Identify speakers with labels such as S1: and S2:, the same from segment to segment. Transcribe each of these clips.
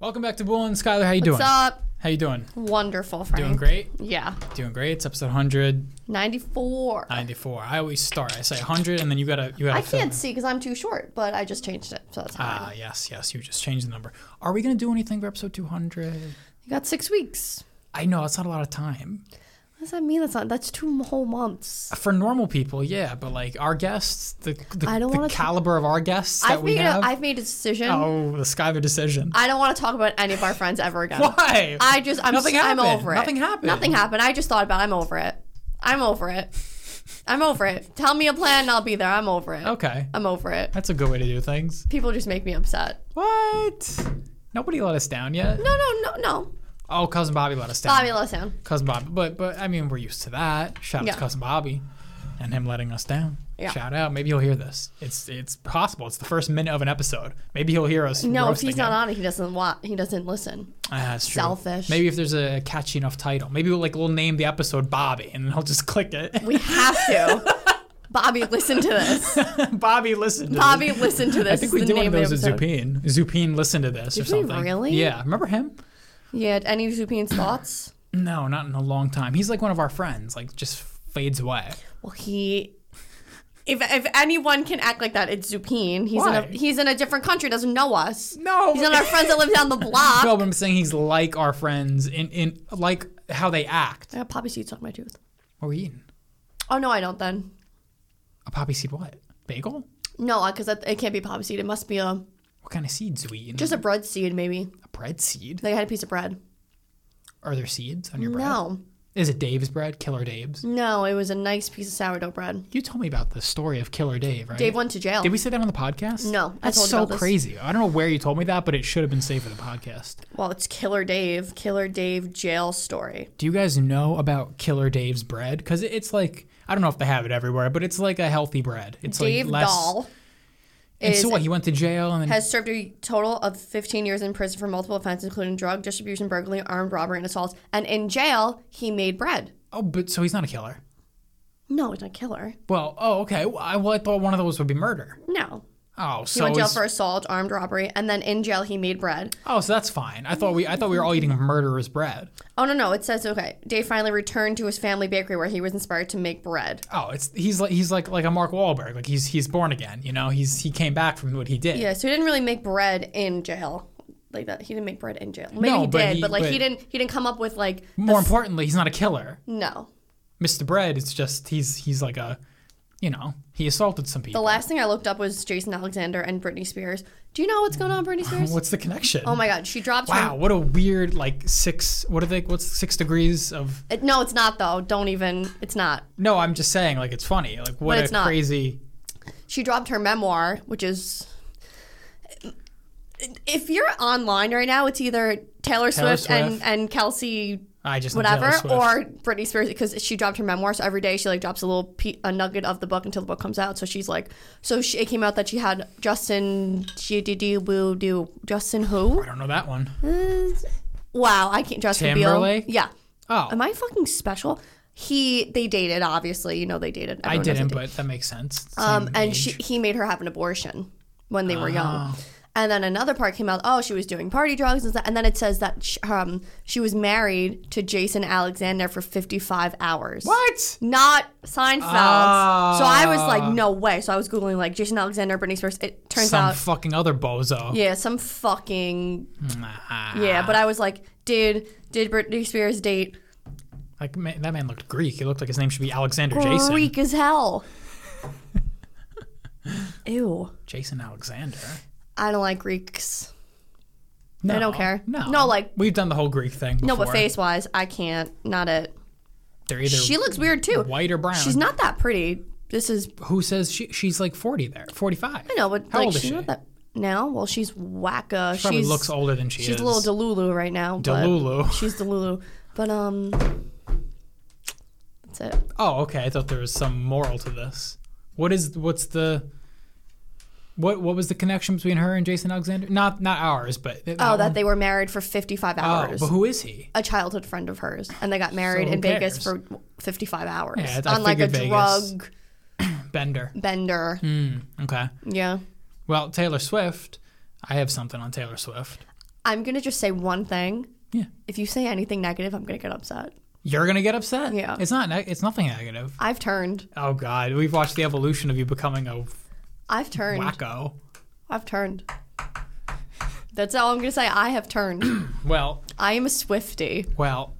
S1: Welcome back to Bull and Skylar. How you doing?
S2: What's up?
S1: How you doing?
S2: Wonderful, Frank.
S1: Doing great.
S2: Yeah.
S1: Doing great. It's episode 194.
S2: 94. I,
S1: I always start. I say 100, and then you gotta you gotta. fill
S2: can't
S1: in.
S2: see because I'm too short, but I just changed it. So that's how
S1: Ah, yes, yes. You just changed the number. Are we gonna do anything for episode 200?
S2: You got six weeks.
S1: I know it's not a lot of time
S2: What does that mean? That's not, that's two whole months.
S1: for normal people. Yeah, but like our guests, the the,
S2: I don't
S1: the
S2: wanna t-
S1: caliber of our guests that
S2: I've
S1: we
S2: made,
S1: have.
S2: a, I've made a decision.
S1: oh, the Skylar decision.
S2: I don't want to talk about any of our friends ever again.
S1: Why?
S2: I just, I'm,
S1: Nothing
S2: s- I'm
S1: happened.
S2: over it.
S1: Nothing happened.
S2: Nothing happened. I just thought about it. I'm over it. I'm over it. I'm over it. Tell me a plan and I'll be there. I'm over it.
S1: okay,
S2: I'm over it.
S1: that's a good way to do things.
S2: People just make me upset.
S1: What? Nobody let us down yet.
S2: No, no, no, no.
S1: Oh, cousin Bobby let us down.
S2: Bobby Listen.
S1: cousin Bobby. But but I mean, we're used to that. Shout out
S2: Yeah.
S1: to cousin Bobby, and him letting us down.
S2: Yeah.
S1: Shout out. Maybe he'll hear this. It's it's possible. It's the first minute of an episode. Maybe he'll hear us.
S2: No, if
S1: roasting
S2: he's not
S1: him.
S2: on it, he doesn't want. He doesn't listen.
S1: Ah, that's true.
S2: Selfish.
S1: Maybe if there's a catchy enough title, maybe we'll like we'll name the episode Bobby, and then he'll just click it.
S2: We have to. Bobby, listen to this.
S1: Bobby, listen. To
S2: Bobby,
S1: this.
S2: listen to this.
S1: I think
S2: is
S1: we
S2: the
S1: did one
S2: name
S1: of
S2: of
S1: those
S2: the
S1: with
S2: episode.
S1: Zupin. Zupin, listen to this or
S2: Did we
S1: something.
S2: really?
S1: Yeah. Remember him?
S2: Yeah. Any of Zupin's thoughts?
S1: No, not in a long time. He's like one of our friends. Like just fades away.
S2: Well, he. If, if anyone can act like that, it's Zupin. He's in a
S1: Why?
S2: he's in a different country, doesn't know us.
S1: No.
S2: He's not our friends that live down the block.
S1: No, but I'm saying he's like our friends in, in like how they act.
S2: I got poppy seed stuck in my tooth.
S1: What were we eating?
S2: Oh no, I don't then.
S1: A poppy seed what? Bagel?
S2: No, because it it can't be poppy seed. It must be a
S1: What kind of seeds do we eat?
S2: just a bread seed maybe.
S1: a bread seed.
S2: They had a piece of bread.
S1: Are there seeds on your bread?
S2: No,
S1: Is it Dave's bread? Killer Dave's?
S2: no, it was a nice piece of sourdough bread.
S1: You told me about the story of Killer Dave, right?
S2: Dave went to jail.
S1: Did we say that on the podcast?
S2: No, I
S1: That's
S2: told you
S1: so
S2: about this.
S1: crazy. I don't know where you told me that, but it should have been saved for the podcast.
S2: Well, it's Killer Dave, Killer Dave jail story.
S1: Do you guys know about Killer Dave's bread? Because it's like I don't know if they have it everywhere, but it's like a healthy bread. It's
S2: Dave
S1: like less.
S2: Dahl
S1: and so
S2: is-
S1: what? He went to jail and then
S2: has served a total of 15 years in prison for multiple offenses, including drug distribution, burglary, armed robbery, and assault. And in jail, he made bread.
S1: oh, but so he's not a killer.
S2: No, he's not a killer.
S1: Well, oh, okay. Well, I, well, I thought one of those would be murder.
S2: No.
S1: Oh,
S2: He
S1: so
S2: went to jail
S1: is-
S2: for assault, armed robbery, and then in jail, he made bread.
S1: oh, so that's fine. I thought we I thought we were all eating murderer's bread.
S2: Oh, no, no. It says, okay, Dave finally returned to his family bakery where he was inspired to make bread.
S1: Oh, it's he's like he's like like a Mark Wahlberg. Like he's he's born again. You know, he's he came back from what he did.
S2: Yeah, so he didn't really make bread in jail. Like that, he didn't make bread in jail. Maybe
S1: No,
S2: he
S1: but
S2: did,
S1: he-
S2: but like
S1: but-
S2: he didn't. He didn't come up with like
S1: More importantly, he's not a killer.
S2: no.
S1: Mr. Bread is just he's he's like a, you know, he assaulted some
S2: The
S1: people.
S2: last thing I looked up was Jason Alexander and Britney Spears. Do you know what's going on, Britney Spears?
S1: What's the connection?
S2: Oh my God, she dropped.
S1: Wow, what a weird like six. What are they? What's six degrees of?
S2: Her, no, it's not though. Don't even. It's not.
S1: No, I'm just saying like it's funny. Like what
S2: it's
S1: a
S2: not.
S1: crazy.
S2: She dropped her memoir, which is. If you're online right now, it's either Taylor,
S1: Taylor
S2: Swift,
S1: Swift.
S2: and and Kelsey
S1: I just know Taylor
S2: whatever
S1: Swift.
S2: or Britney Spears because she dropped her memoir. So every day she like drops a little pe- a nugget of the book until the book comes out. So she's like, so she, it came out that she had Justin G D D Woo Do Justin who?
S1: I don't know that one.
S2: Hmm? Wow, I can't Justin Bieber.
S1: Timberlake?
S2: Yeah.
S1: Oh,
S2: Am I fucking special? He they dated obviously. You know they dated.
S1: I
S2: Everyone knows they
S1: didn't,
S2: dated.
S1: but Ah. that makes sense.
S2: Um,
S1: Same
S2: and
S1: age.
S2: she, he made her have an abortion when they were young. And then another part came out. Oh, she was doing party drugs, and, that, and then it says that sh um, she was married to Jason Alexander for fifty-five hours.
S1: what?
S2: Not Seinfeld. So I was like, no way. So I was googling like Jason Alexander, Britney Spears. It turns
S1: Ah. Some
S2: out,
S1: fucking other bozo. Ah.
S2: yeah, some fucking
S1: Nah.
S2: yeah. But I was like, did did Britney Spears date
S1: Like man, that man looked Greek. He looked like his name should be Alexander Jason.
S2: Greek as hell? Ew,
S1: Jason Alexander.
S2: I don't like Greeks.
S1: No,
S2: don't care.
S1: No,
S2: No, like-
S1: we've done the whole Greek thing. Before.
S2: No, but face wise, I can't. Not it.
S1: They're either
S2: She looks weird too.
S1: white or brown.
S2: She's not that pretty. This is
S1: Who says she, she's like forty? There, forty-five.
S2: I know, but
S1: How
S2: like
S1: old is
S2: she's
S1: she?
S2: not that now. Well, she's wacka.
S1: Probably
S2: she's
S1: looks older than she
S2: she's
S1: is.
S2: a little delulu right now. but-
S1: Delulu.
S2: She's the Lulu. But um That's it.
S1: Oh, okay. I thought there was some moral to this. What is what's the what what was the connection between her and Jason Alexander? Not not ours, but
S2: Oh, that they were married for 55
S1: Oh,
S2: hours.
S1: but who is he?
S2: a childhood friend of hers and they got married
S1: who
S2: in Vegas
S1: cares?
S2: for 55 hours
S1: Yeah, I
S2: on like a
S1: figured Vegas.
S2: drug
S1: Bender.
S2: bender.
S1: Okay.
S2: Yeah.
S1: Well, Taylor Swift. I have something on Taylor Swift.
S2: I'm gonna just say one thing.
S1: Yeah.
S2: If you say anything negative, I'm gonna get upset.
S1: You're gonna get upset.
S2: Yeah.
S1: It's not. neg it's nothing negative.
S2: I've turned.
S1: Oh God, we've watched the evolution of you becoming a
S2: I've turned.
S1: wacko.
S2: I've turned. That's all I'm gonna say. I have turned.
S1: Well,
S2: I am a Swifty.
S1: well.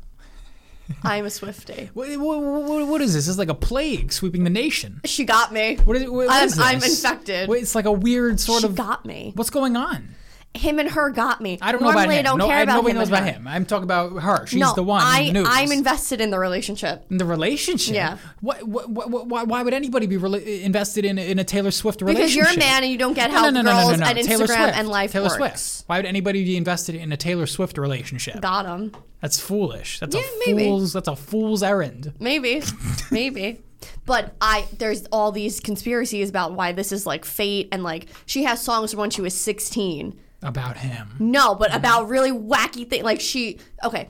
S2: I am a Swifty.
S1: What, what, what is this? This is like a plague sweeping the nation.
S2: She got me.
S1: What is, what
S2: I'm-
S1: is
S2: I'm
S1: this?
S2: infected.
S1: Wait, it's like a weird sort
S2: she
S1: of.
S2: got me.
S1: what's going on?
S2: Him and her got me.
S1: I don't know
S2: Normally
S1: about him.
S2: I don't
S1: no,
S2: care
S1: I,
S2: about
S1: nobody
S2: him.
S1: knows
S2: and
S1: about
S2: her.
S1: him. I'm talking about her. She's
S2: No,
S1: the one.
S2: I,
S1: in the news.
S2: I'm invested in the relationship.
S1: in the relationship.
S2: Yeah.
S1: What, what, what, why, why would anybody be rela- invested in in a Taylor Swift
S2: Because
S1: relationship?
S2: you're a man and you don't get
S1: No,
S2: how
S1: no, no, no,
S2: girls
S1: no, no,
S2: at
S1: no. Taylor
S2: Instagram
S1: Swift.
S2: and life
S1: Taylor
S2: works.
S1: Swift. Why would anybody be invested in a Taylor Swift relationship?
S2: Got him.
S1: That's foolish. That's
S2: Yeah,
S1: a
S2: maybe.
S1: fool's. That's a fool's errand.
S2: Maybe, maybe. But I there's all these conspiracies about why this is like fate and like she has songs from when she was 16.
S1: About him.
S2: No, but about really wacky thing like she okay.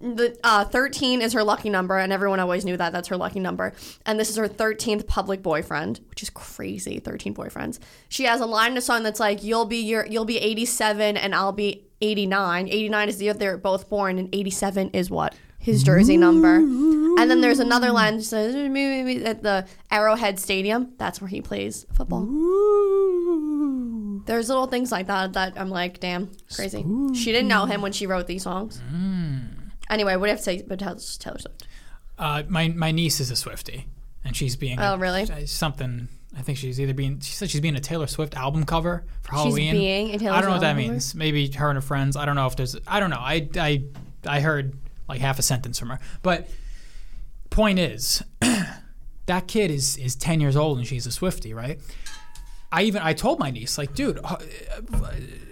S2: The uh, 13 is her lucky number, and everyone always knew that. That's her lucky number. And this is her 13th public boyfriend, which is crazy. 13 boyfriends. She has a line in a song that's like, "You'll be your, you'll be 87, and I'll be 89. 89 is the year they're both born, and 87 is what his jersey number." And then there's another line that says, "Me, me, me," "At the Arrowhead Stadium, that's where he plays football." There's little things like that that I'm like, damn, crazy. She didn't know him when she wrote these songs.
S1: Mm.
S2: Anyway, what do you have to say about Taylor Taylor Swift?
S1: Uh, my my niece is a Swiftie, and she's being
S2: Oh, really?
S1: something. I think she's either being. She said she's being a Taylor Swift album cover for Halloween.
S2: being a Taylor
S1: I don't know what that
S2: Swift album cover?
S1: means. Maybe her and her friends. I don't know if there's. I don't know. I I I heard like half a sentence from her. But point is, that kid is is ten years old and she's a Swiftie, right? I even I told my niece like, dude, uh,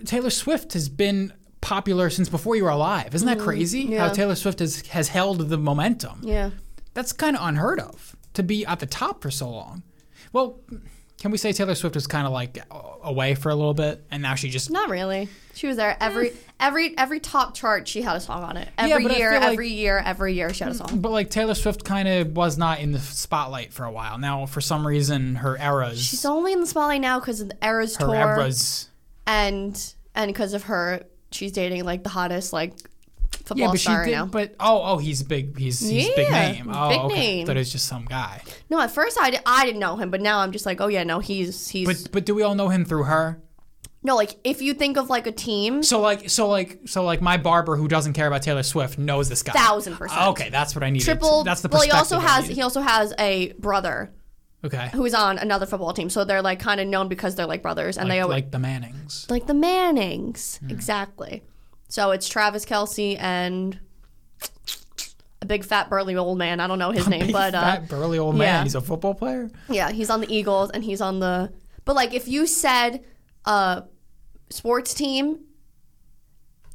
S1: Taylor Swift has been popular since before you were alive. Isn't that crazy?
S2: Mm-hmm. yeah.
S1: How Taylor Swift has has held the momentum
S2: Yeah.
S1: that's kind of unheard of to be at the top for so long. Well, can we say Taylor Swift was kind of like a- away for a little bit, and now she just
S2: Not really. She was there every every every top chart she had a song on it. Every
S1: Eh. but I
S2: year,
S1: feel like- Mm.
S2: every year, every year she had a song.
S1: but like Taylor Swift kind of was not in the spotlight for a while. Now for some reason her eras,
S2: She's only in the spotlight now because of the Eras
S1: her
S2: tour
S1: eras,
S2: and and because of her she's dating like the hottest like football
S1: yeah, but she
S2: star right
S1: did.
S2: now.
S1: But oh, oh, he's big. He's he's big
S2: Yeah,
S1: name. Oh,
S2: big
S1: okay.
S2: name.
S1: That is just some guy.
S2: No, at first I, di- I didn't know him, but now I'm just like, oh yeah, no, he's he's
S1: But but do we all know him through her?
S2: no like if you think of like a team,
S1: So like so like so like my barber who doesn't care about Taylor Swift knows this guy.
S2: thousand percent.
S1: Okay, that's what I needed.
S2: triple.
S1: That's the
S2: well, he
S1: perspective
S2: also
S1: I
S2: has
S1: needed.
S2: he also has a brother
S1: okay.
S2: who's on another football team, so they're like kind of known because they're like brothers, and they always
S1: like
S2: like,
S1: Hmm. the Mannings.
S2: the Mannings exactly. So it's Travis Kelsey and a big fat burly old man. I don't know his name,
S1: Big,
S2: but uh,
S1: fat, burly old
S2: yeah.
S1: man. He's a football player.
S2: yeah, he's on the Eagles and he's on the. But like if you said uh, sports team.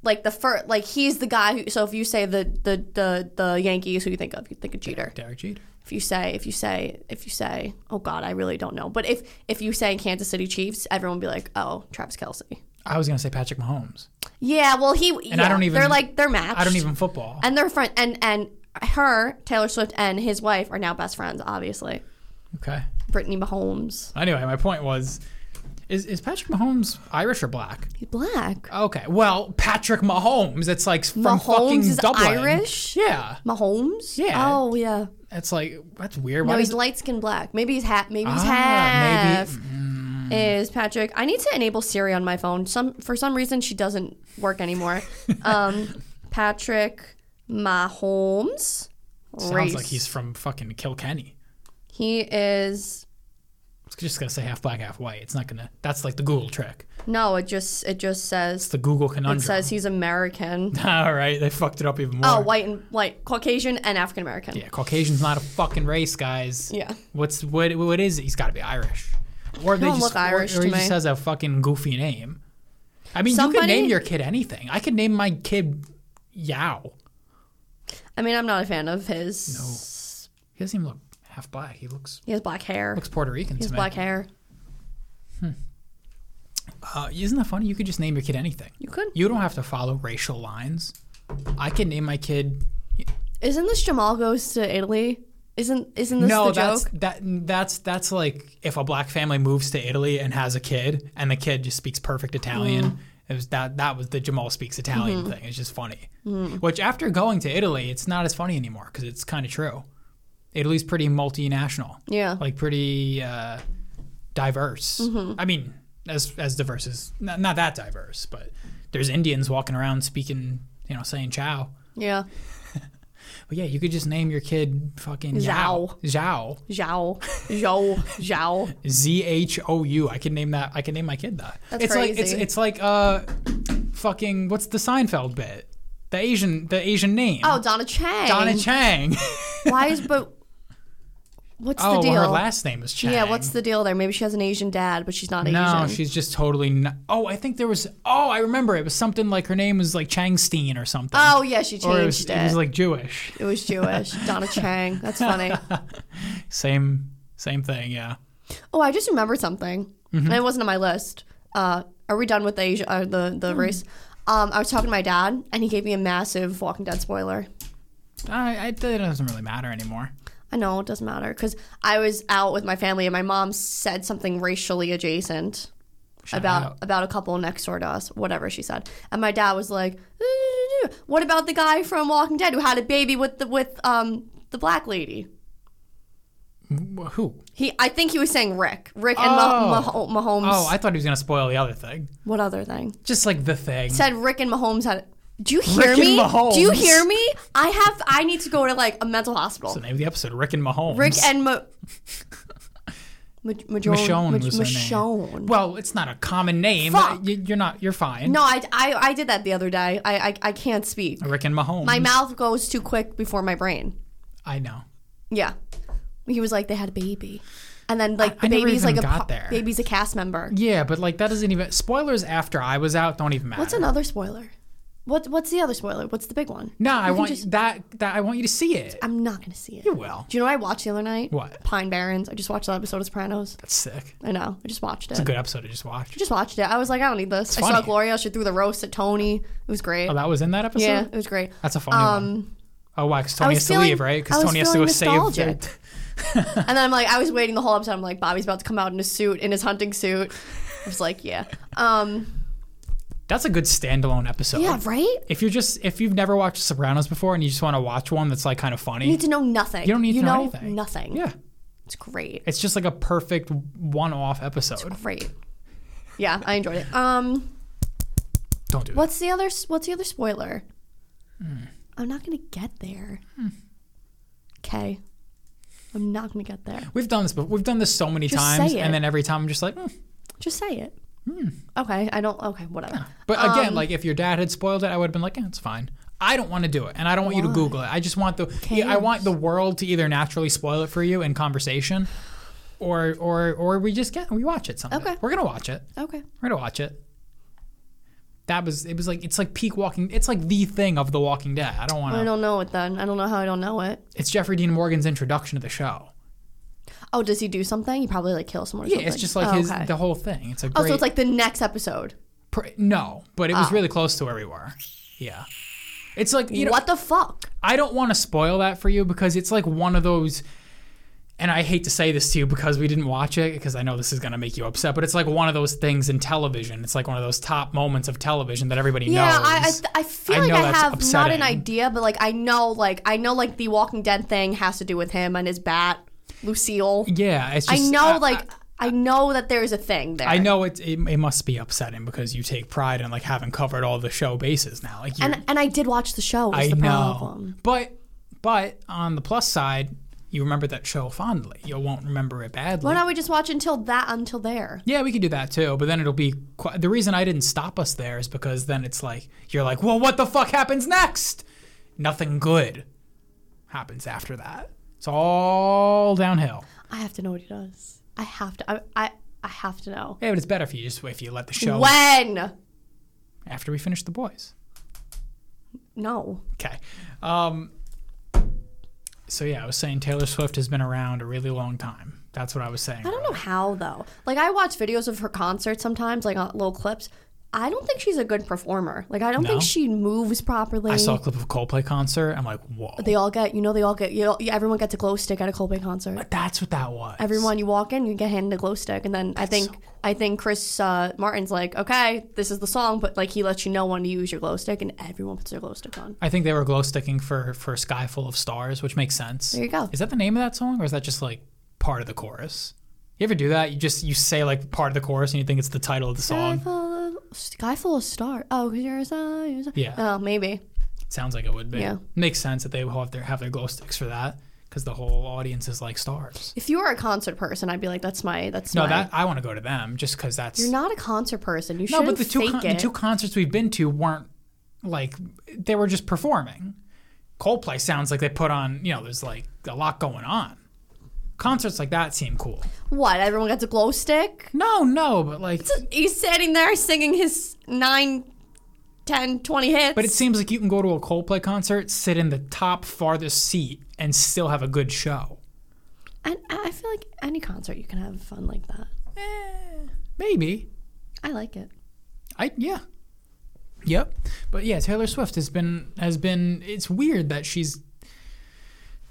S2: Like the first, like he's the guy who. So if you say the the the the Yankees, who you think of? You think of Jeter.
S1: Derek Jeter.
S2: if you say if you say if you say oh god i really don't know but if if you say kansas city chiefs everyone would be like oh travis kelsey
S1: I was gonna say Patrick Mahomes.
S2: yeah well he
S1: And I
S2: yeah,
S1: don't even-
S2: they're like they're matched
S1: I don't even football.
S2: and they're friend and and her taylor swift and his wife are now best friends obviously
S1: Okay.
S2: brittany mahomes
S1: Anyway, my point was, is is Patrick Mahomes Irish or black?
S2: he's black
S1: Okay. Well, Patrick Mahomes. It's like from
S2: Mahomes
S1: fucking
S2: is
S1: Dublin.
S2: Irish?
S1: Yeah.
S2: mahomes
S1: Yeah.
S2: oh yeah
S1: It's like that's weird.
S2: no
S1: Why
S2: he's
S1: is it?
S2: light skinned black maybe he's half maybe he's
S1: Ah,
S2: half
S1: maybe- Mm-hmm.
S2: is Patrick. I need to enable Siri on my phone. Some for some reason she doesn't work anymore. um, Patrick Mahomes.
S1: sounds
S2: race.
S1: like he's from fucking Kilkenny.
S2: he is
S1: I was just gonna say half black, half white. It's not gonna. That's like the Google trick.
S2: no. It just it just says
S1: It's the Google conundrum.
S2: it says he's American.
S1: All right, they fucked it up even more.
S2: Oh, white and white, Caucasian and African American.
S1: Yeah, Caucasian's not a fucking race, guys.
S2: Yeah.
S1: What's what? What is it? He's got to be Irish, or they
S2: don't
S1: just
S2: look Irish
S1: or, or
S2: to
S1: he
S2: me.
S1: just has a fucking goofy name. I mean,
S2: Somebody-
S1: you could name your kid anything. I could name my kid Yao.
S2: I mean, I'm not a fan of his.
S1: He doesn't even look half black. He looks
S2: He has black hair.
S1: looks Puerto Rican
S2: He
S1: to
S2: has
S1: me.
S2: black hair.
S1: Uh, isn't that funny? You could just name your kid anything.
S2: You could.
S1: You don't have to follow racial lines. I could name my kid.
S2: Isn't this Jamal goes to Italy? Isn't isn't this
S1: no,
S2: the
S1: that's
S2: joke?
S1: that that's that's
S2: Mm.
S1: like if a black family moves to Italy and has a kid, and the kid just speaks perfect Italian. It was that that was the Jamal speaks Italian
S2: Mm-hmm.
S1: thing. It's just funny.
S2: Mm.
S1: Which after going to Italy, it's not as funny anymore because it's kind of true. Italy's pretty multinational.
S2: Yeah.
S1: Like pretty uh, diverse.
S2: Mm-hmm.
S1: I mean, as as diverse as not, not that diverse, but there's Indians walking around speaking, you know, saying ciao.
S2: Yeah.
S1: But yeah, you could just name your kid fucking
S2: Zhao.
S1: Zhao. Zhao.
S2: Zhao. Zhao. Zhao.
S1: Z H O U. I can name that. I can name my kid that.
S2: That's
S1: it's like it's
S2: crazy.
S1: it's like uh, fucking what's the Seinfeld bit? The Asian the Asian name.
S2: Oh, Donna Chang.
S1: Donna Chang.
S2: Why is but what's
S1: oh,
S2: the deal?
S1: well, her last name was Chang.
S2: yeah, what's the deal there? Maybe she has an Asian dad, but she's not
S1: No,
S2: Asian.
S1: she's just totally. Not, oh, I think there was. Oh, I remember. It was something like her name was like Changstein or something.
S2: oh yeah, she changed
S1: or it
S2: it.
S1: was, it was like Jewish.
S2: Jewish. Donna Chang. That's funny.
S1: Same same thing. Yeah.
S2: Oh, I just remembered something.
S1: Mm-hmm.
S2: And it wasn't on my list. Uh, are we done with the Asia, uh, the
S1: Mm.
S2: the race? Um, I was talking to my dad, and he gave me a massive Walking Dead spoiler.
S1: I, I, it doesn't really matter anymore.
S2: I know it doesn't matter because I was out with my family, and my mom said something racially adjacent about
S1: out.
S2: about a couple next door to us, whatever she said. And my dad was like, "Eh, "What about the guy from Walking Dead who had a baby with the with um the black lady?"
S1: Wh- Who?
S2: He, I think he was saying Rick, Rick and Mah- Mah- Mahomes.
S1: Oh, I thought he was gonna spoil the other thing.
S2: what other thing?
S1: Just like the thing.
S2: said Rick and Mahomes had. Do you hear
S1: Rick and
S2: me? Do you
S1: Mahomes. hear
S2: hear me? I have. I need to go to like a mental
S1: the
S2: hospital.
S1: name of the episode, Rick and Mahomes.
S2: Rick and Ma- Ma- Majone,
S1: Michonne
S2: Ma-
S1: was her name.
S2: Michonne.
S1: Well, it's not a common name.
S2: Fuck.
S1: You, you're not. You're fine.
S2: No, I, I, I did that the other day. I, I, I can't speak.
S1: Rick and Mahomes.
S2: My mouth goes too quick before my brain.
S1: I know.
S2: Yeah. He was like, they had a baby. And then, like, the
S1: I never
S2: baby's like
S1: even
S2: a
S1: got
S2: pa-
S1: there.
S2: baby's a cast member.
S1: Yeah, but like that doesn't even. Spoilers after I was out don't even matter.
S2: What's another spoiler? What, what's the other spoiler? What's the big one?
S1: No, I
S2: can
S1: want
S2: just-
S1: that. That I want you to see it.
S2: I'm not going to see it.
S1: You will.
S2: Do you know what I watched the other night?
S1: What?
S2: Pine Barrens. I just watched that episode of Sopranos.
S1: That's sick.
S2: I know. I just watched it.
S1: It's a good episode to just watch.
S2: just watched it. I was like, I don't need this. I saw
S1: funny.
S2: Gloria. She threw the roast at Tony. It was great.
S1: Oh, that was in that episode.
S2: yeah, it was great. Um,
S1: That's a funny one. Oh, wow, 'cause Tony
S2: was
S1: has to
S2: feeling-
S1: leave, right?
S2: I
S1: Because
S2: was
S1: Tony has to
S2: feeling
S1: go save. their-
S2: nostalgic. And then I'm like, I was waiting the whole episode. I'm like, Bobby's about to come out in his suit, in his hunting suit. I was like, yeah, um,
S1: That's a good standalone episode.
S2: yeah, right.
S1: If you're just if you've never watched Sopranos before and you just want to watch one that's like kind of funny,
S2: You need to know nothing.
S1: You don't need to know
S2: know
S1: anything.
S2: nothing.
S1: yeah,
S2: it's great.
S1: it's just like a perfect one-off episode.
S2: Great. Yeah, I enjoyed it. Um,
S1: Don't do that.
S2: what's the other? What's the other spoiler?
S1: Hmm.
S2: I'm not gonna get there. Okay, I'm not gonna get there.
S1: We've done this, but we've done this so many
S2: Just
S1: times,
S2: say it.
S1: and then every time I'm just like. "Hmm."
S2: Just say it. Okay, I don't. Okay, whatever.
S1: But again,
S2: Um,
S1: like if your dad had spoiled it, I would have been like, eh, it's fine. I don't want to do it, and I don't want you to Google it. I just want the yeah, I want the world to either naturally spoil it for you in conversation, or or or we just get we watch it someday.
S2: Okay.
S1: we're gonna watch it.
S2: Okay.
S1: We're gonna watch it. That was it was like it's like peak Walking. It's like the thing of the Walking Dead. I don't want
S2: I
S1: to.
S2: don't know it then. I don't know how I don't know it.
S1: It's Jeffrey Dean Morgan's introduction to the show.
S2: Oh, does he do something? He probably like kills someone. Or
S1: Yeah,
S2: something.
S1: it's just like
S2: Oh,
S1: his
S2: okay.
S1: the whole thing. It's a
S2: oh,
S1: great.
S2: so it's like the next episode.
S1: pr- no, but it
S2: Ah.
S1: was really close to where we were. Yeah, it's like you know
S2: what the fuck?
S1: I don't want to spoil that for you because it's like one of those. And I hate to say this to you because we didn't watch it because I know this is going to make you upset, but it's like one of those things in television. It's like one of those top moments of television that everybody
S2: Yeah,
S1: knows.
S2: I, I, th- I feel
S1: I
S2: like
S1: know
S2: I
S1: that's
S2: have not
S1: upsetting.
S2: an idea, but like I know, like I know, like the Walking Dead thing has to do with him and his bat, Lucille.
S1: yeah, it's
S2: I
S1: just
S2: know, like I, know that there's a thing there.
S1: I know it, it. It must be upsetting because you take pride in like having covered all the show bases now. Like you,
S2: and and I did watch the show. Was
S1: I
S2: the
S1: know,
S2: problem.
S1: but but on the plus side, you remember that show fondly. You won't remember it badly.
S2: Why don't we just watch until that until there?
S1: Yeah, we could do that too, but then it'll be qu- the reason I didn't stop us there is because then it's like you're like, well, what the fuck happens next? Nothing good happens after that. It's all downhill.
S2: I have to know what he does. I have to. I I, I have to know
S1: Yeah, but it's better if you just if you let the show
S2: when.
S1: after we finish the boys.
S2: No.
S1: Okay. Um, so yeah, I was saying Taylor Swift has been around a really long time. That's what I was saying.
S2: I don't know how though. Like I watch videos of her concerts sometimes, like uh, little clips. I don't think she's a good performer. Like I don't
S1: No?
S2: think she moves properly.
S1: I saw a clip of a Coldplay concert. I'm like, whoa.
S2: They all get, you know, they all get, you all, everyone gets a glow stick at a Coldplay concert.
S1: That's what that was.
S2: Everyone, you walk in, you get handed a glow stick, and then I think I think Chris uh, Martin's like, okay, this is the song, but like he lets you know when to use your glow stick, and everyone puts their glow stick on.
S1: I think they were glow sticking for for Sky Full of Stars, which makes sense.
S2: There you go.
S1: Is that the name of that song or is that just like part of the chorus? You ever do that? You just you say like part of the chorus and you think it's the title of the
S2: Sky
S1: song.
S2: full of, sky full of star. Oh, you you're a star. You're a star.
S1: Yeah.
S2: Oh, maybe.
S1: Sounds like it would be.
S2: Yeah.
S1: Makes sense that they will have their have their glow sticks for that because the whole audience is like stars.
S2: If you were a concert person, I'd be like, that's my, that's
S1: No,
S2: my.
S1: that I want to go to them just because that's
S2: you're not a concert person. You
S1: no.
S2: shouldn't
S1: But the two
S2: fake
S1: con-
S2: it.
S1: the two concerts we've been to weren't like they were just performing. Coldplay sounds like they put on you know there's like a lot going on. Concerts like that seem cool.
S2: what? Everyone gets a glow stick.
S1: No, no, but like,
S2: He's sitting there singing his nine, ten, twenty hits.
S1: but it seems like you can go to a Coldplay concert, sit in the top farthest seat, and still have a good show.
S2: I, I feel like any concert you can have fun like that.
S1: Maybe.
S2: I like it.
S1: I yeah. Yep. But yeah, Taylor Swift has been has been. It's weird that she's.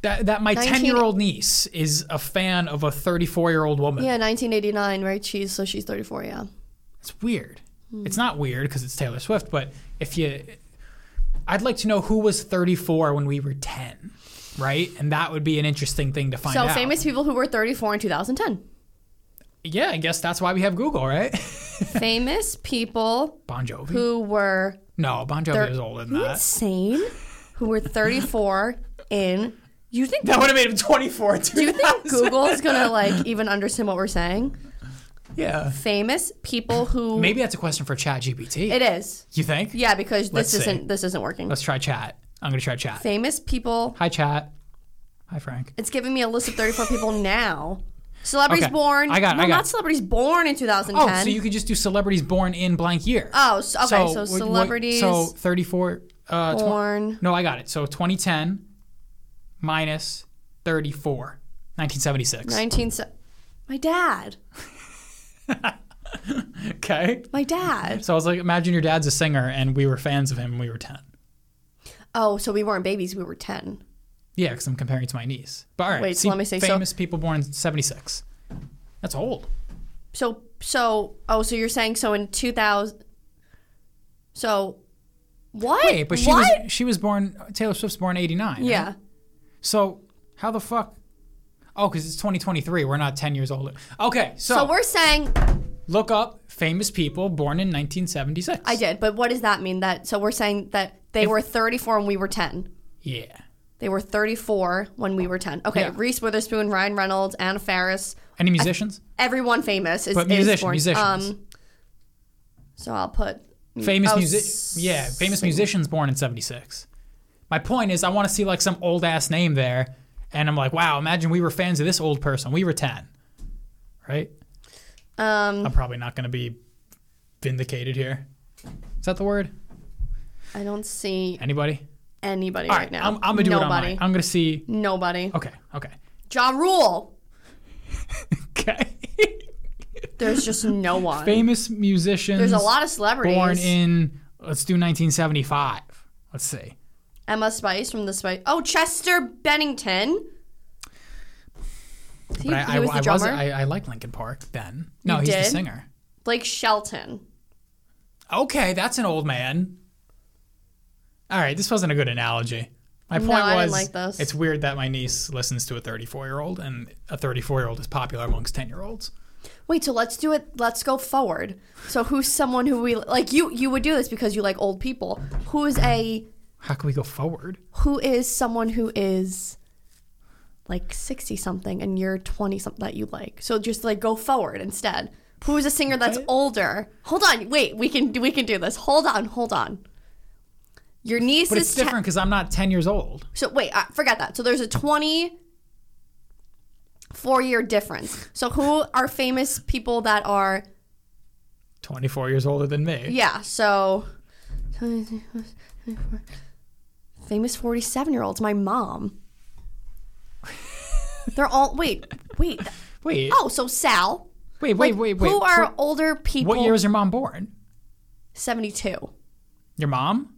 S1: That, that my
S2: 19
S1: ten year old niece is a fan of a thirty four year old woman.
S2: Yeah, 1989, right? She's so she's 34. Yeah,
S1: It's weird.
S2: Hmm.
S1: It's not weird because it's Taylor Swift, but if you, I'd like to know who was thirty four when we were ten, right? And that would be an interesting thing to find
S2: so
S1: out.
S2: famous people who were 34 in 2010.
S1: Yeah, I guess that's why we have Google, right?
S2: famous people
S1: Bon Jovi.
S2: who were
S1: no, Bon Jovi was older than
S2: you
S1: that.
S2: insane, who were 34 in. You think
S1: That would have made him 24.
S2: do you think Google's gonna like even understand what we're saying?
S1: yeah.
S2: Famous people who
S1: Maybe that's a question for Chat GPT.
S2: it is.
S1: you think?
S2: Yeah, because this
S1: Let's see.
S2: isn't this isn't working.
S1: Let's try Chat. I'm going to try Chat.
S2: Famous people.
S1: Hi, Chat. Hi, Frank.
S2: It's giving me a list of 34 people now. Celebrities
S1: Okay.
S2: born.
S1: I got it,
S2: No,
S1: I got
S2: not
S1: it.
S2: celebrities born in 2010.
S1: Oh, so you could just do celebrities born in blank year.
S2: Oh, so, okay. So,
S1: what- what-
S2: celebrities
S1: so 34. Uh, tw-
S2: born.
S1: no, I got it. So 2010 minus 34. 1976.
S2: 19. se- My dad.
S1: Okay.
S2: My dad.
S1: So I was like, imagine your dad's a singer and we were fans of him when we were 10.
S2: Oh, so we weren't babies. We were 10.
S1: Yeah, because I'm comparing it to my niece. But all right,
S2: Wait, so
S1: see,
S2: let me say- so-
S1: famous people born in '76. That's old.
S2: So, so, oh, so you're saying so in 2000. So, what?
S1: Wait, but she
S2: what?
S1: was she was born Taylor Swift's born '89. right?
S2: Yeah.
S1: So how the fuck? Oh, because it's 2023. We're not 10 years older. Okay, so,
S2: So we're saying
S1: look up famous people born in 1976.
S2: I did, but what does that mean? That so we're saying that they were 34 and we were 10.
S1: Yeah,
S2: They were 34 when we were 10. Okay,
S1: Yeah.
S2: Reese Witherspoon, Ryan Reynolds, Anna Faris,
S1: any musicians?
S2: everyone famous is,
S1: But
S2: is
S1: musician-
S2: born. Um,
S1: musicians.
S2: so I'll put
S1: famous
S2: oh,
S1: music. Yeah, famous musicians born in '76. My point is, I want to see like some old ass name there, and I'm like, wow, imagine we were fans of this old person. We were 10, right?
S2: Um,
S1: I'm probably not going to be vindicated here. Is that the word?
S2: I don't see
S1: Anybody?
S2: anybody
S1: All
S2: right now.
S1: I'm, I'm gonna do it on
S2: Nobody.
S1: mine. I'm gonna see.
S2: Nobody.
S1: Okay, okay,
S2: Ja Rule.
S1: okay.
S2: There's just no one.
S1: Famous musicians.
S2: There's a lot of celebrities.
S1: born in. Let's do 1975. Let's see.
S2: Emma Spice from the Spice. Oh, Chester Bennington. He,
S1: But I,
S2: he
S1: I,
S2: was the
S1: I
S2: drummer.
S1: I, I like Linkin Park then. No,
S2: You
S1: he's the
S2: did?
S1: singer.
S2: Blake Shelton.
S1: Okay, that's an old man. All right, this wasn't a good analogy. My point
S2: I didn't
S1: was,
S2: like this.
S1: it's weird that my niece listens to a 34 year old, and a 34 year old is popular amongst 10 year olds.
S2: Wait, so let's do it. Let's go forward. So who's someone who we like? You you would do this because you like old people. Who is a
S1: How can we go forward?
S2: who is someone who is like 60 something and you're 20 something that you like so just like go forward instead who is a singer that's older hold on wait we can we can do this hold on hold on your niece
S1: But
S2: is
S1: it's
S2: te-
S1: different because I'm not 10 years old.
S2: so wait uh, forget that so there's a 24 year difference so who are famous people that are
S1: 24 years older than me.
S2: yeah so famous 47 year olds my mom they're all wait wait
S1: Wait,
S2: Oh, so Sal.
S1: wait, wait,
S2: Like,
S1: wait, wait.
S2: Who are
S1: Wh-
S2: older people? Oh,
S1: what year was your mom born?
S2: 72.
S1: Your mom?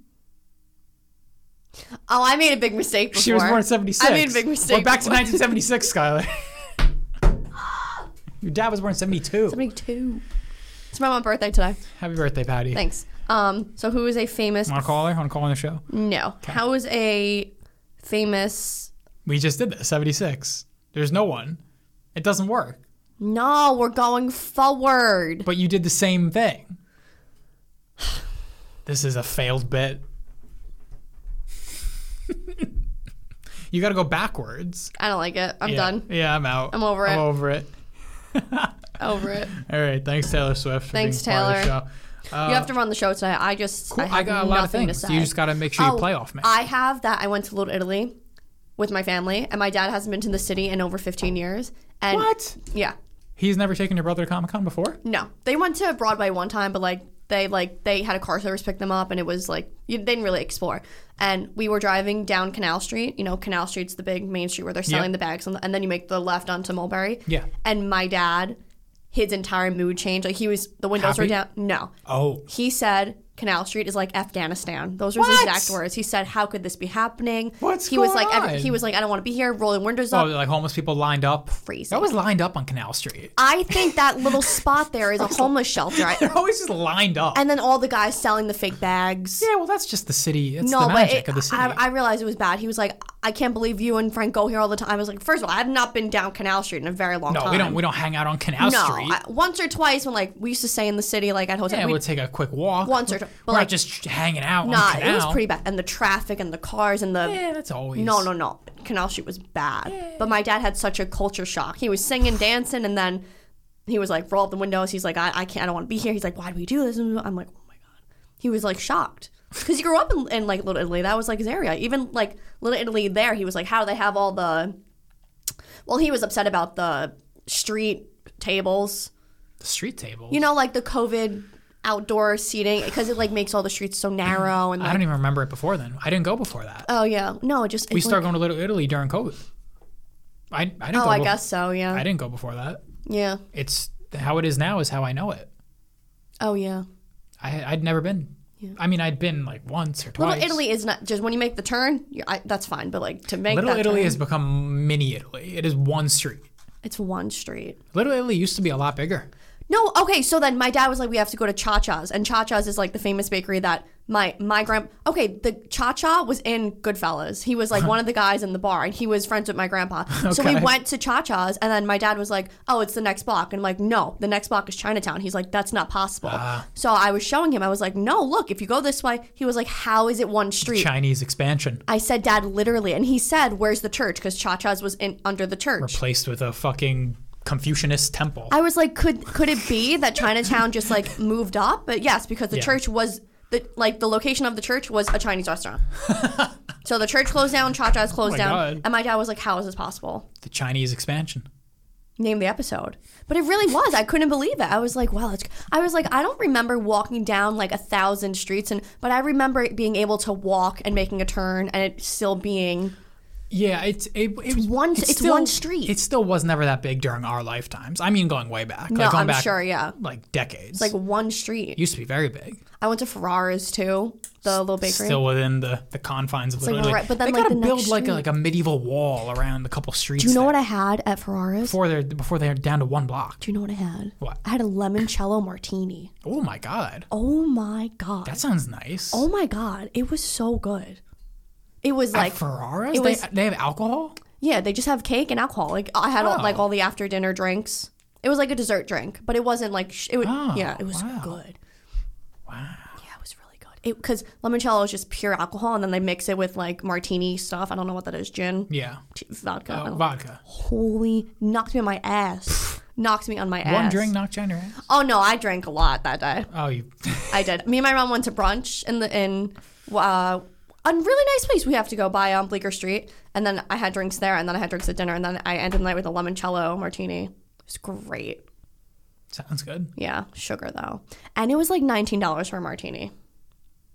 S2: Oh, I made a big mistake before.
S1: She was born in 76.
S2: I made a big mistake.
S1: We're back to
S2: before.
S1: 1976, Skylar. Your dad was born in 72.
S2: 72. It's my mom's birthday today.
S1: Happy birthday, Patty.
S2: Thanks. Um, so who is a famous?
S1: Want to call her? Want to call on the show?
S2: No. How is a famous?
S1: We just did that. 76. There's no one. It doesn't work.
S2: No, we're going forward.
S1: But you did the same thing. This is a failed bit. you got to go backwards.
S2: I don't like it. I'm
S1: yeah.
S2: done.
S1: Yeah, I'm out.
S2: I'm over
S1: I'm
S2: it.
S1: over it.
S2: Over it.
S1: All right. Thanks, Taylor Swift. For
S2: Thanks,
S1: being Part
S2: Taylor.
S1: of the show. Uh,
S2: you have to run the show tonight. I just I,
S1: cool.
S2: have
S1: I got a lot of
S2: nothing
S1: things.
S2: To say.
S1: You just got to make sure you
S2: Oh,
S1: play off me.
S2: I have that. I went to Little Italy with my family, and my dad hasn't been to the city in over 15 years. And
S1: what?
S2: Yeah.
S1: He's never taken your brother to Comic Con before?
S2: No, they went to Broadway one time, but like they like they had a car service pick them up, and it was like you, they didn't really explore. And we were driving down Canal Street. You know, Canal Street's the big main street where they're selling
S1: Yep.
S2: the bags, on the, and then you make the left onto Mulberry.
S1: Yeah.
S2: And my dad, his entire mood changed. Like he was the windows were
S1: Happy?
S2: down. No,
S1: Oh.
S2: he said Canal Street is like Afghanistan. Those were his
S1: What?
S2: exact words. He said, "How could this be happening?"
S1: What's
S2: he was like,
S1: going
S2: every-
S1: on?
S2: he was like, "I don't want to be here." Rolling windows
S1: Oh,
S2: up.
S1: like homeless people lined up.
S2: Crazy.
S1: They're always lined up on Canal Street.
S2: I think that little spot there is a homeless shelter. I-
S1: They're always just lined up.
S2: and then all the guys selling the fake bags.
S1: yeah, well, that's just the city. It's
S2: No,
S1: the
S2: but
S1: magic
S2: it,
S1: of the city.
S2: I, I realized it was bad. He was like, "I can't believe you and Frank go here all the time." I was like, first of all, I've not been down Canal Street in a very long
S1: no,
S2: time.
S1: we don't. We don't hang out on Canal
S2: no,
S1: Street.
S2: I- once or twice when like we used to stay in the city, like at hotel.
S1: yeah,
S2: we'd-
S1: we'll take a quick walk.
S2: once or tw- but
S1: We're
S2: like-
S1: not just hanging out
S2: nah,
S1: on Canal.
S2: it was pretty bad, and the traffic and the cars and the
S1: Yeah, that's always.
S2: no, no, no, Canal Street was bad. But my dad had such a culture shock. He was singing, dancing, and then he was like, roll up the windows. He's like, I, I can't, I don't want to be here. He's like, why do we do this? And I'm like, oh my god. He was like shocked because he grew up in, in like Little Italy. That was like his area. Even like Little Italy, there he was like, how do they have all the? Well, he was upset about the street tables.
S1: The street table.
S2: You know, like the COVID outdoor seating because it like makes all the streets so narrow and
S1: I
S2: like,
S1: don't even remember it before then. I didn't go before that.
S2: oh yeah, no, it just
S1: we
S2: it's,
S1: started
S2: like,
S1: going to Little Italy during COVID. I, I didn't.
S2: oh,
S1: go
S2: I
S1: bef-
S2: guess so. Yeah,
S1: I didn't go before that.
S2: yeah.
S1: It's how it is now is how I know it.
S2: Oh yeah.
S1: I I'd never been. I mean, I'd been like once or twice.
S2: Little Italy is not just when you make the turn. you I, that's fine, but like to make
S1: Little
S2: that
S1: Italy
S2: turn,
S1: has become mini Italy. It is one street.
S2: it's one street.
S1: Little Italy used to be a lot bigger.
S2: No, okay. So then my dad was like, we have to go to Cha Cha's, and Cha Cha's is like the famous bakery that my my grand. Okay, the Cha Cha was in Goodfellas. He was like one of the guys in the bar, and he was friends with my grandpa. So we
S1: Okay.
S2: went to Cha Cha's, and then my dad was like, oh, it's the next block, and I'm like, no, the next block is Chinatown. He's like, that's not possible.
S1: Ah.
S2: So I was showing him. I was like, no, look, if you go this way, he was like, how is it one street?
S1: Chinese expansion
S2: I said, Dad, literally. And he said, Where's the church? Because Cha Cha's was in under the church.
S1: placed with a fucking Confucianist temple.
S2: I was like, could could it be that Chinatown just like moved up? But yes, because the
S1: Yeah.
S2: church was the like the location of the church was a Chinese restaurant. so the church closed down, Cha Cha's closed
S1: Oh my
S2: down.
S1: God.
S2: And my dad was like, How is this possible?
S1: the Chinese expansion.
S2: Name the episode. But it really was. I couldn't believe it. I was like, wow, it's I was like, I don't remember walking down like a thousand streets and but I remember it being able to walk and making a turn and it still being
S1: Yeah, it's it, it was
S2: one- it's
S1: still-
S2: one street.
S1: It still was never that big during our lifetimes. I mean, going way back.
S2: No,
S1: like going
S2: I'm
S1: back,
S2: sure, yeah.
S1: like decades.
S2: like one street.
S1: used to be very big.
S2: I went to Ferrara's too, the little bakery.
S1: Still within the, the confines of Little
S2: like,
S1: Italy.
S2: right, but then,
S1: they
S2: like,
S1: gotta
S2: the
S1: build
S2: next
S1: like a,
S2: street.
S1: like a medieval wall around a couple streets.
S2: Do you know
S1: there
S2: what I had at Ferrara's?
S1: before they're before they're down to one block?
S2: Do you know what I had?
S1: What?
S2: I had a limoncello martini.
S1: Oh my god,
S2: Oh my god.
S1: that sounds nice.
S2: oh my god. It was so good. It was
S1: At
S2: like
S1: Ferraras,
S2: it
S1: they,
S2: was-
S1: they have alcohol.
S2: yeah, they just have cake and alcohol. Like I had all,
S1: Oh.
S2: like all the after dinner drinks. It was like a dessert drink, but it wasn't like sh- it was,
S1: Oh,
S2: yeah, it was
S1: wow.
S2: good. Wow. Yeah, it was really good. It cuz limoncello is just pure alcohol and then they mix it with like martini stuff. I don't know what that is, gin,
S1: Yeah,
S2: t- vodka. I
S1: Uh,
S2: don't-
S1: vodka.
S2: Holy knocked me on my ass. knocked me on my ass.
S1: One drink knocked you on your ass.
S2: Oh no, I drank a lot that day.
S1: Oh, you.
S2: I did. Me and my mom went to brunch in the in uh, a really nice place we have to go by on Bleecker Street, and then I had drinks there, and then I had drinks at dinner, and then I ended the night with a limoncello martini. It was great.
S1: sounds good.
S2: Yeah, sugar though, and it was like nineteen dollars for a martini.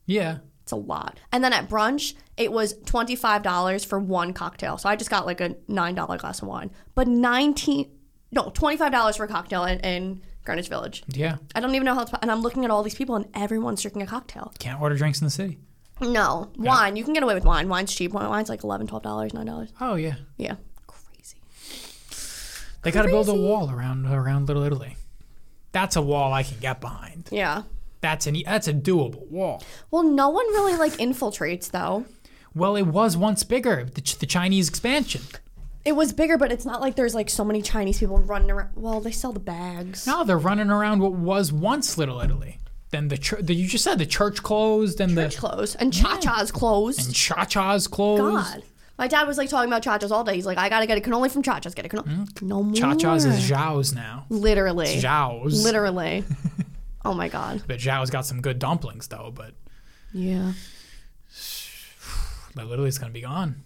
S1: Yeah.
S2: It's a lot. And then at brunch, it was twenty five dollars for one cocktail. So I just got like a nine dollar glass of wine, but nineteen no twenty five dollars for a cocktail and, and Greenwich Village.
S1: Yeah.
S2: I don't even know how. It's, and I'm looking at all these people, and everyone's drinking a cocktail.
S1: Can't order drinks in the city.
S2: No wine. You can get away with wine. Wine's cheap. Wine's like eleven, twelve dollars, nine dollars.
S1: Oh yeah.
S2: Yeah, crazy.
S1: They got to build a wall around around Little Italy. That's a wall I can get behind.
S2: Yeah.
S1: That's an e- that's a doable wall.
S2: Well, no one really like infiltrates though.
S1: Well, it was once bigger, the, Ch- the Chinese expansion.
S2: It was bigger, but it's not like there's like so many Chinese people running around. Well, they sell the bags.
S1: Now they're running around what was once Little Italy. Then the, chur the you just said the church closed, and
S2: Church closed and cha cha's closed.
S1: the cha chas closed.
S2: God. My dad was like talking about chachas all day. He's like, I gotta get a cannoli from chachas. Get a cannoli. No more.
S1: Cha chas Hmm? is Zhao's now.
S2: literally,
S1: Zhao's.
S2: literally. oh my god.
S1: But Zhao's got some good dumplings though. But
S2: Yeah.
S1: Little Italy's gonna be gone.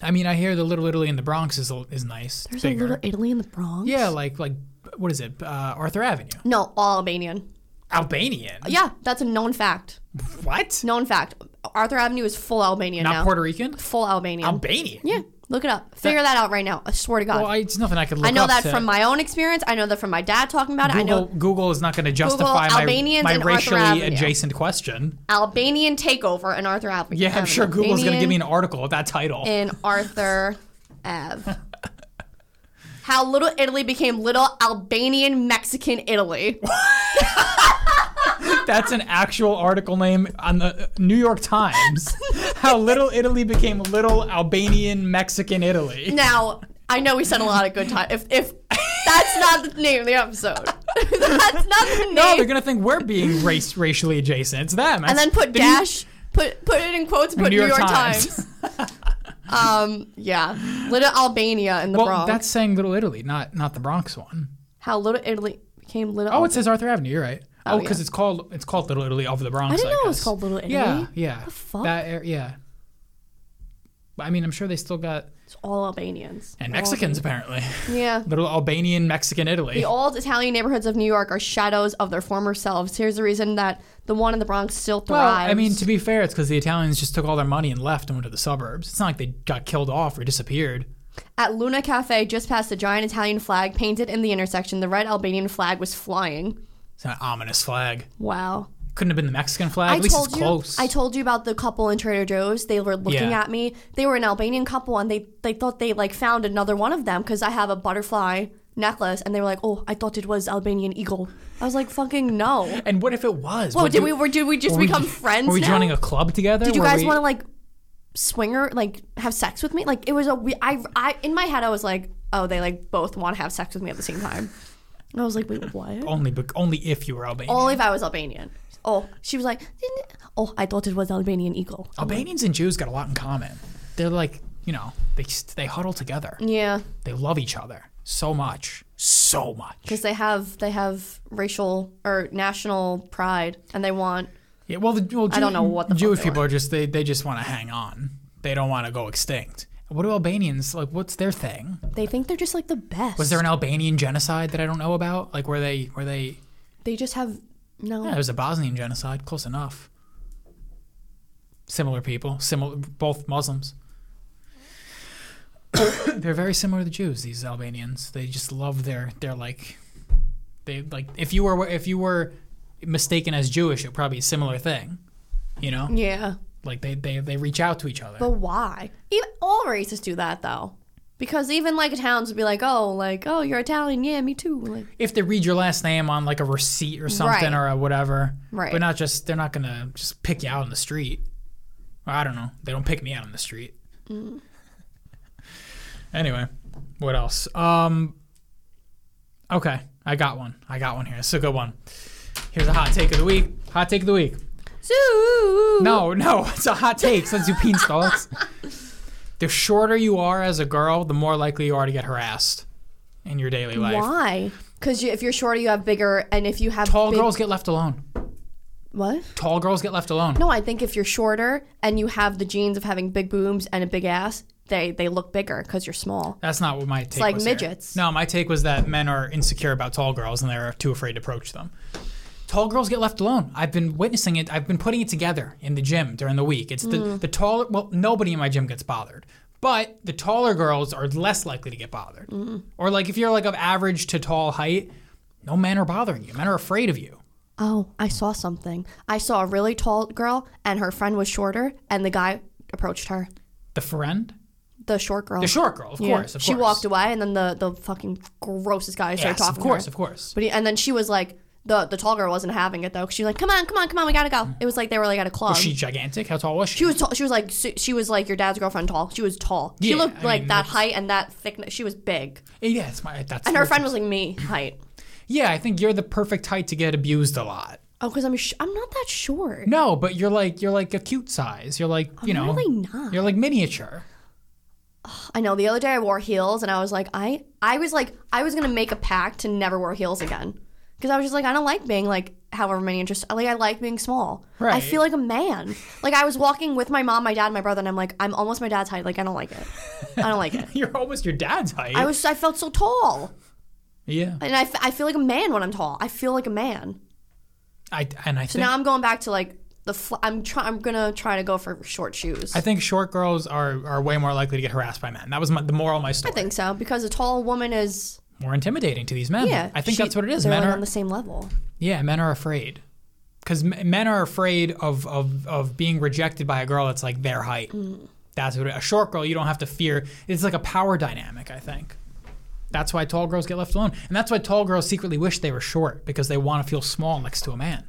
S1: I mean, I hear the Little Italy in the Bronx is is nice.
S2: There's
S1: bigger.
S2: a little Italy in the Bronx.
S1: yeah, like like what is it? Uh, Arthur Avenue.
S2: No, all Albanian.
S1: Albanian.
S2: Yeah, that's a known fact.
S1: What?
S2: Known fact. Arthur Avenue is full Albanian
S1: Not
S2: now.
S1: Puerto Rican.
S2: full Albanian.
S1: Albanian.
S2: yeah, look it up. Figure that, out right now. I swear to God.
S1: Well, I, it's nothing I could look
S2: I know
S1: up
S2: that
S1: to-
S2: from my own experience. I know that from my dad talking about
S1: Google,
S2: it. I know
S1: Google is not going to justify
S2: Albanians
S1: my,
S2: and
S1: my
S2: Arthur
S1: racially
S2: Avenue.
S1: adjacent question.
S2: Albanian takeover in Arthur Avenue.
S1: Yeah, I'm sure Google's going to give me an article with that title.
S2: in Arthur Ave. How Little Italy became Little Albanian Mexican Italy.
S1: That's an actual article name on the uh, New York Times. How Little Italy became Little Albanian Mexican Italy.
S2: Now, I know we said a lot of good time. If if that's not the name of the episode, that's not the name.
S1: No, they're going to think we're being race racially adjacent. It's them.
S2: and then put dash, put put it in quotes, put New York, Times. um, yeah, Little Albania in the
S1: well,
S2: Bronx.
S1: that's saying Little Italy, not not the Bronx one.
S2: How Little Italy became Little.
S1: Oh, it says Arthur Avenue. You're right. Oh,
S2: yeah.
S1: because it's called it's called Little Italy off the Bronx.
S2: I didn't know it was
S1: guess.
S2: called Little Italy.
S1: Yeah, yeah.
S2: The fuck?
S1: That ar- yeah. But, I mean, I'm sure they still got
S2: It's all Albanians
S1: and Mexicans apparently.
S2: Yeah.
S1: Little Albanian Mexican Italy.
S2: The old Italian neighborhoods of New York are shadows of their former selves. Here's the reason that the one in the Bronx still
S1: well,
S2: thrives.
S1: I mean, to be fair, it's because the Italians just took all their money and left and went to the suburbs. It's not like they got killed off or disappeared.
S2: At Luna Cafe, just past the giant Italian flag painted in the intersection, the red Albanian flag was flying.
S1: It's an ominous flag.
S2: Wow.
S1: Couldn't have been the Mexican flag.
S2: I
S1: At least
S2: told
S1: it's
S2: you.
S1: close.
S2: I told you about the couple in Trader Joe's. They were looking
S1: Yeah.
S2: at me. They were an Albanian couple, and they they thought they like found another one of them because I have a butterfly necklace, and they were like, "Oh, I thought it was Albanian eagle." I was like, "Fucking no."
S1: and what if it was?
S2: Whoa,
S1: Would
S2: did
S1: you-
S2: we were did we just
S1: were we-
S2: become friends?
S1: Were we
S2: now?
S1: joining a club together?
S2: Did you
S1: Were
S2: guys
S1: we-
S2: want to like swinger like have sex with me? Like it was a we- I I in my head I was like, oh, they like both want to have sex with me at the same time. And I was like, wait, what?
S1: only bec- only if you were Albanian?
S2: Only if I was Albanian. Oh, she was like, "Didn't- oh, I thought it was Albanian eagle.
S1: Albanians and Jews got a lot in common. They're like you know they they huddle together.
S2: Yeah,
S1: They love each other so much, so much.
S2: because they have they have racial or national pride, and they want
S1: Yeah, well, the, well, Jew,
S2: don't know what the fuck
S1: Jewish
S2: they
S1: people are just they they just want to hang on. They don't want to go extinct. What do Albanians like? What's their thing?
S2: they think they're just like the best.
S1: Was there an Albanian genocide that I don't know about? Like, were they were they?
S2: they just have no.
S1: Yeah, it was a Bosnian genocide, close enough. Similar people, similar, both Muslims. They're very similar to Jews. These Albanians, they just love their their like, they like if you were if you were mistaken as Jewish, it would probably be a similar thing, you know.
S2: yeah.
S1: Like they they they reach out to each other.
S2: But why? Even all races do that though, because even like Italians would be like, "Oh, like, oh, you're Italian, yeah, me too." Like,
S1: if they read your last name on like a receipt or something
S2: Right.
S1: or a whatever,
S2: Right.
S1: But not just they're not gonna just pick you out on the street. Or I don't know. They don't pick me out on the street.
S2: Mm.
S1: anyway, what else? Um. Okay, I got one. I got one here. It's a good one. Here's a hot take of the week. Hot take of the week.
S2: zoo.
S1: No, no, it's a hot take. It's not zucchini stalks. The shorter you are as a girl, the more likely you are to get harassed in your daily life.
S2: Why? Because you, if you're shorter, you have bigger, and if you have
S1: Tall
S2: big-
S1: girls get left alone.
S2: what?
S1: Tall girls get left alone.
S2: No, I think if you're shorter and you have the genes of having big boobs and a big ass, they they look bigger because you're small.
S1: That's not what my take it's
S2: like
S1: was. here.
S2: midgets.
S1: No, my take was that men are insecure about tall girls and they're too afraid to approach them. Tall girls get left alone. I've been witnessing it. I've been putting it together in the gym during the week. It's the,
S2: Mm.
S1: the taller, well, nobody in my gym gets bothered, but the
S2: Mm.
S1: taller girls are less likely to get bothered. Or like if you're like of average to tall height, No men are bothering you. Men are afraid of you.
S2: Oh, I saw something. I saw a really tall girl, and her friend was shorter, and the guy approached her.
S1: The friend,
S2: The short girl.
S1: the short girl, of
S2: Yeah.
S1: course. Of
S2: she
S1: course.
S2: walked away, and then the, the fucking grossest guy started
S1: Yes,
S2: talking.
S1: of course,
S2: to her.
S1: of course.
S2: But he, and then she was like, the the tall girl wasn't having it though. 'cause she was like, come on, come on, come on, we gotta go. It was like they were like at a club.
S1: Was she gigantic? How tall was she?
S2: She was tall. She was like she she was like your dad's girlfriend tall. She was tall. she
S1: Yeah,
S2: looked
S1: I
S2: like
S1: mean,
S2: that
S1: that's-
S2: height and that thickness. She was big.
S1: yeah, it's my. That's
S2: And her friend was like me height.
S1: Yeah, I think you're the perfect height to get abused a lot.
S2: Oh, because I'm sh- I'm not that short.
S1: No, but you're like you're like a cute size. You're like you know.
S2: Oh, really not.
S1: You're like miniature.
S2: I know. The other day I wore heels and I was like I I was like I was gonna make a pact to never wear heels again because I was just like I don't like being like however many inches like I like being small. I
S1: Right.
S2: feel like a man. Like I was walking with my mom, my dad, and my brother, and I'm like I'm almost my dad's height. Like I don't like it. I don't like it.
S1: You're almost your dad's height.
S2: I was I felt so tall.
S1: yeah.
S2: And I, f- I feel like a man when I'm tall. I feel like a man.
S1: I and I
S2: So
S1: think
S2: now I'm going back to like the fl- I'm try- I'm gonna try to go for short shoes.
S1: I
S2: I,
S1: think short girls are are way more likely to get harassed by men. That was my, the moral of my story.
S2: think so because a tall woman is
S1: more intimidating to these men.
S2: yeah.
S1: Hmm. I think
S2: she-
S1: that's what it is.
S2: They're
S1: Men
S2: like
S1: are
S2: on the same level.
S1: yeah, men are afraid because men are afraid of, of of being rejected by a girl that's like their height.
S2: Mm.
S1: That's what it, a short girl you don't have to fear. It's like a power dynamic. I think that's why tall girls get left alone, and that's why tall girls secretly wish they were short because they want to feel small next to a man.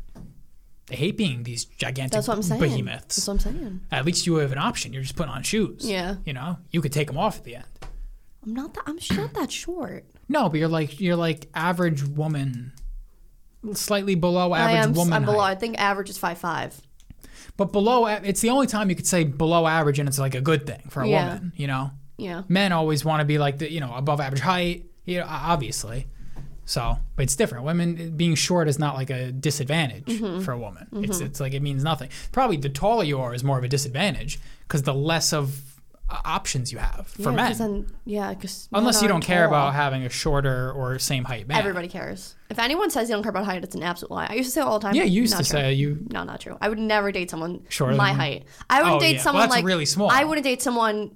S1: They hate being these gigantic
S2: That's what I'm saying.
S1: behemoths.
S2: That's what I'm saying.
S1: At least you have an option. You're just putting on shoes.
S2: Yeah.
S1: You know, you could take them off at the end.
S2: I'm not that I'm sh- not that short.
S1: No, but you're like you're like average woman, slightly below
S2: I
S1: average
S2: am. s-
S1: woman.
S2: I'm below.
S1: height.
S2: I think average is five five.
S1: But below, a- it's the only time you could say below average, and it's like a good thing for a
S2: Yeah.
S1: woman. You know,
S2: Yeah.
S1: men always want to be like the you know above average height. You know, o- obviously. So, but it's different. Women being short is not like a disadvantage
S2: Mm-hmm.
S1: for a woman. It's it's like it means nothing. Probably the taller you are is more of a disadvantage because the less of uh, options you have for
S2: yeah,
S1: men.
S2: 'cause Then, yeah. Because
S1: Unless you don't care about having a shorter or same height man.
S2: Everybody cares. If anyone says they don't care about height, it's an absolute lie. I used to say it all the time.
S1: Yeah, you used
S2: Not
S1: to
S2: true.
S1: say you.
S2: No, not true. I would never date someone
S1: Shorter
S2: my
S1: than-
S2: height. I wouldn't
S1: Oh,
S2: date
S1: yeah. Well,
S2: someone
S1: that's
S2: like
S1: really small.
S2: I wouldn't date someone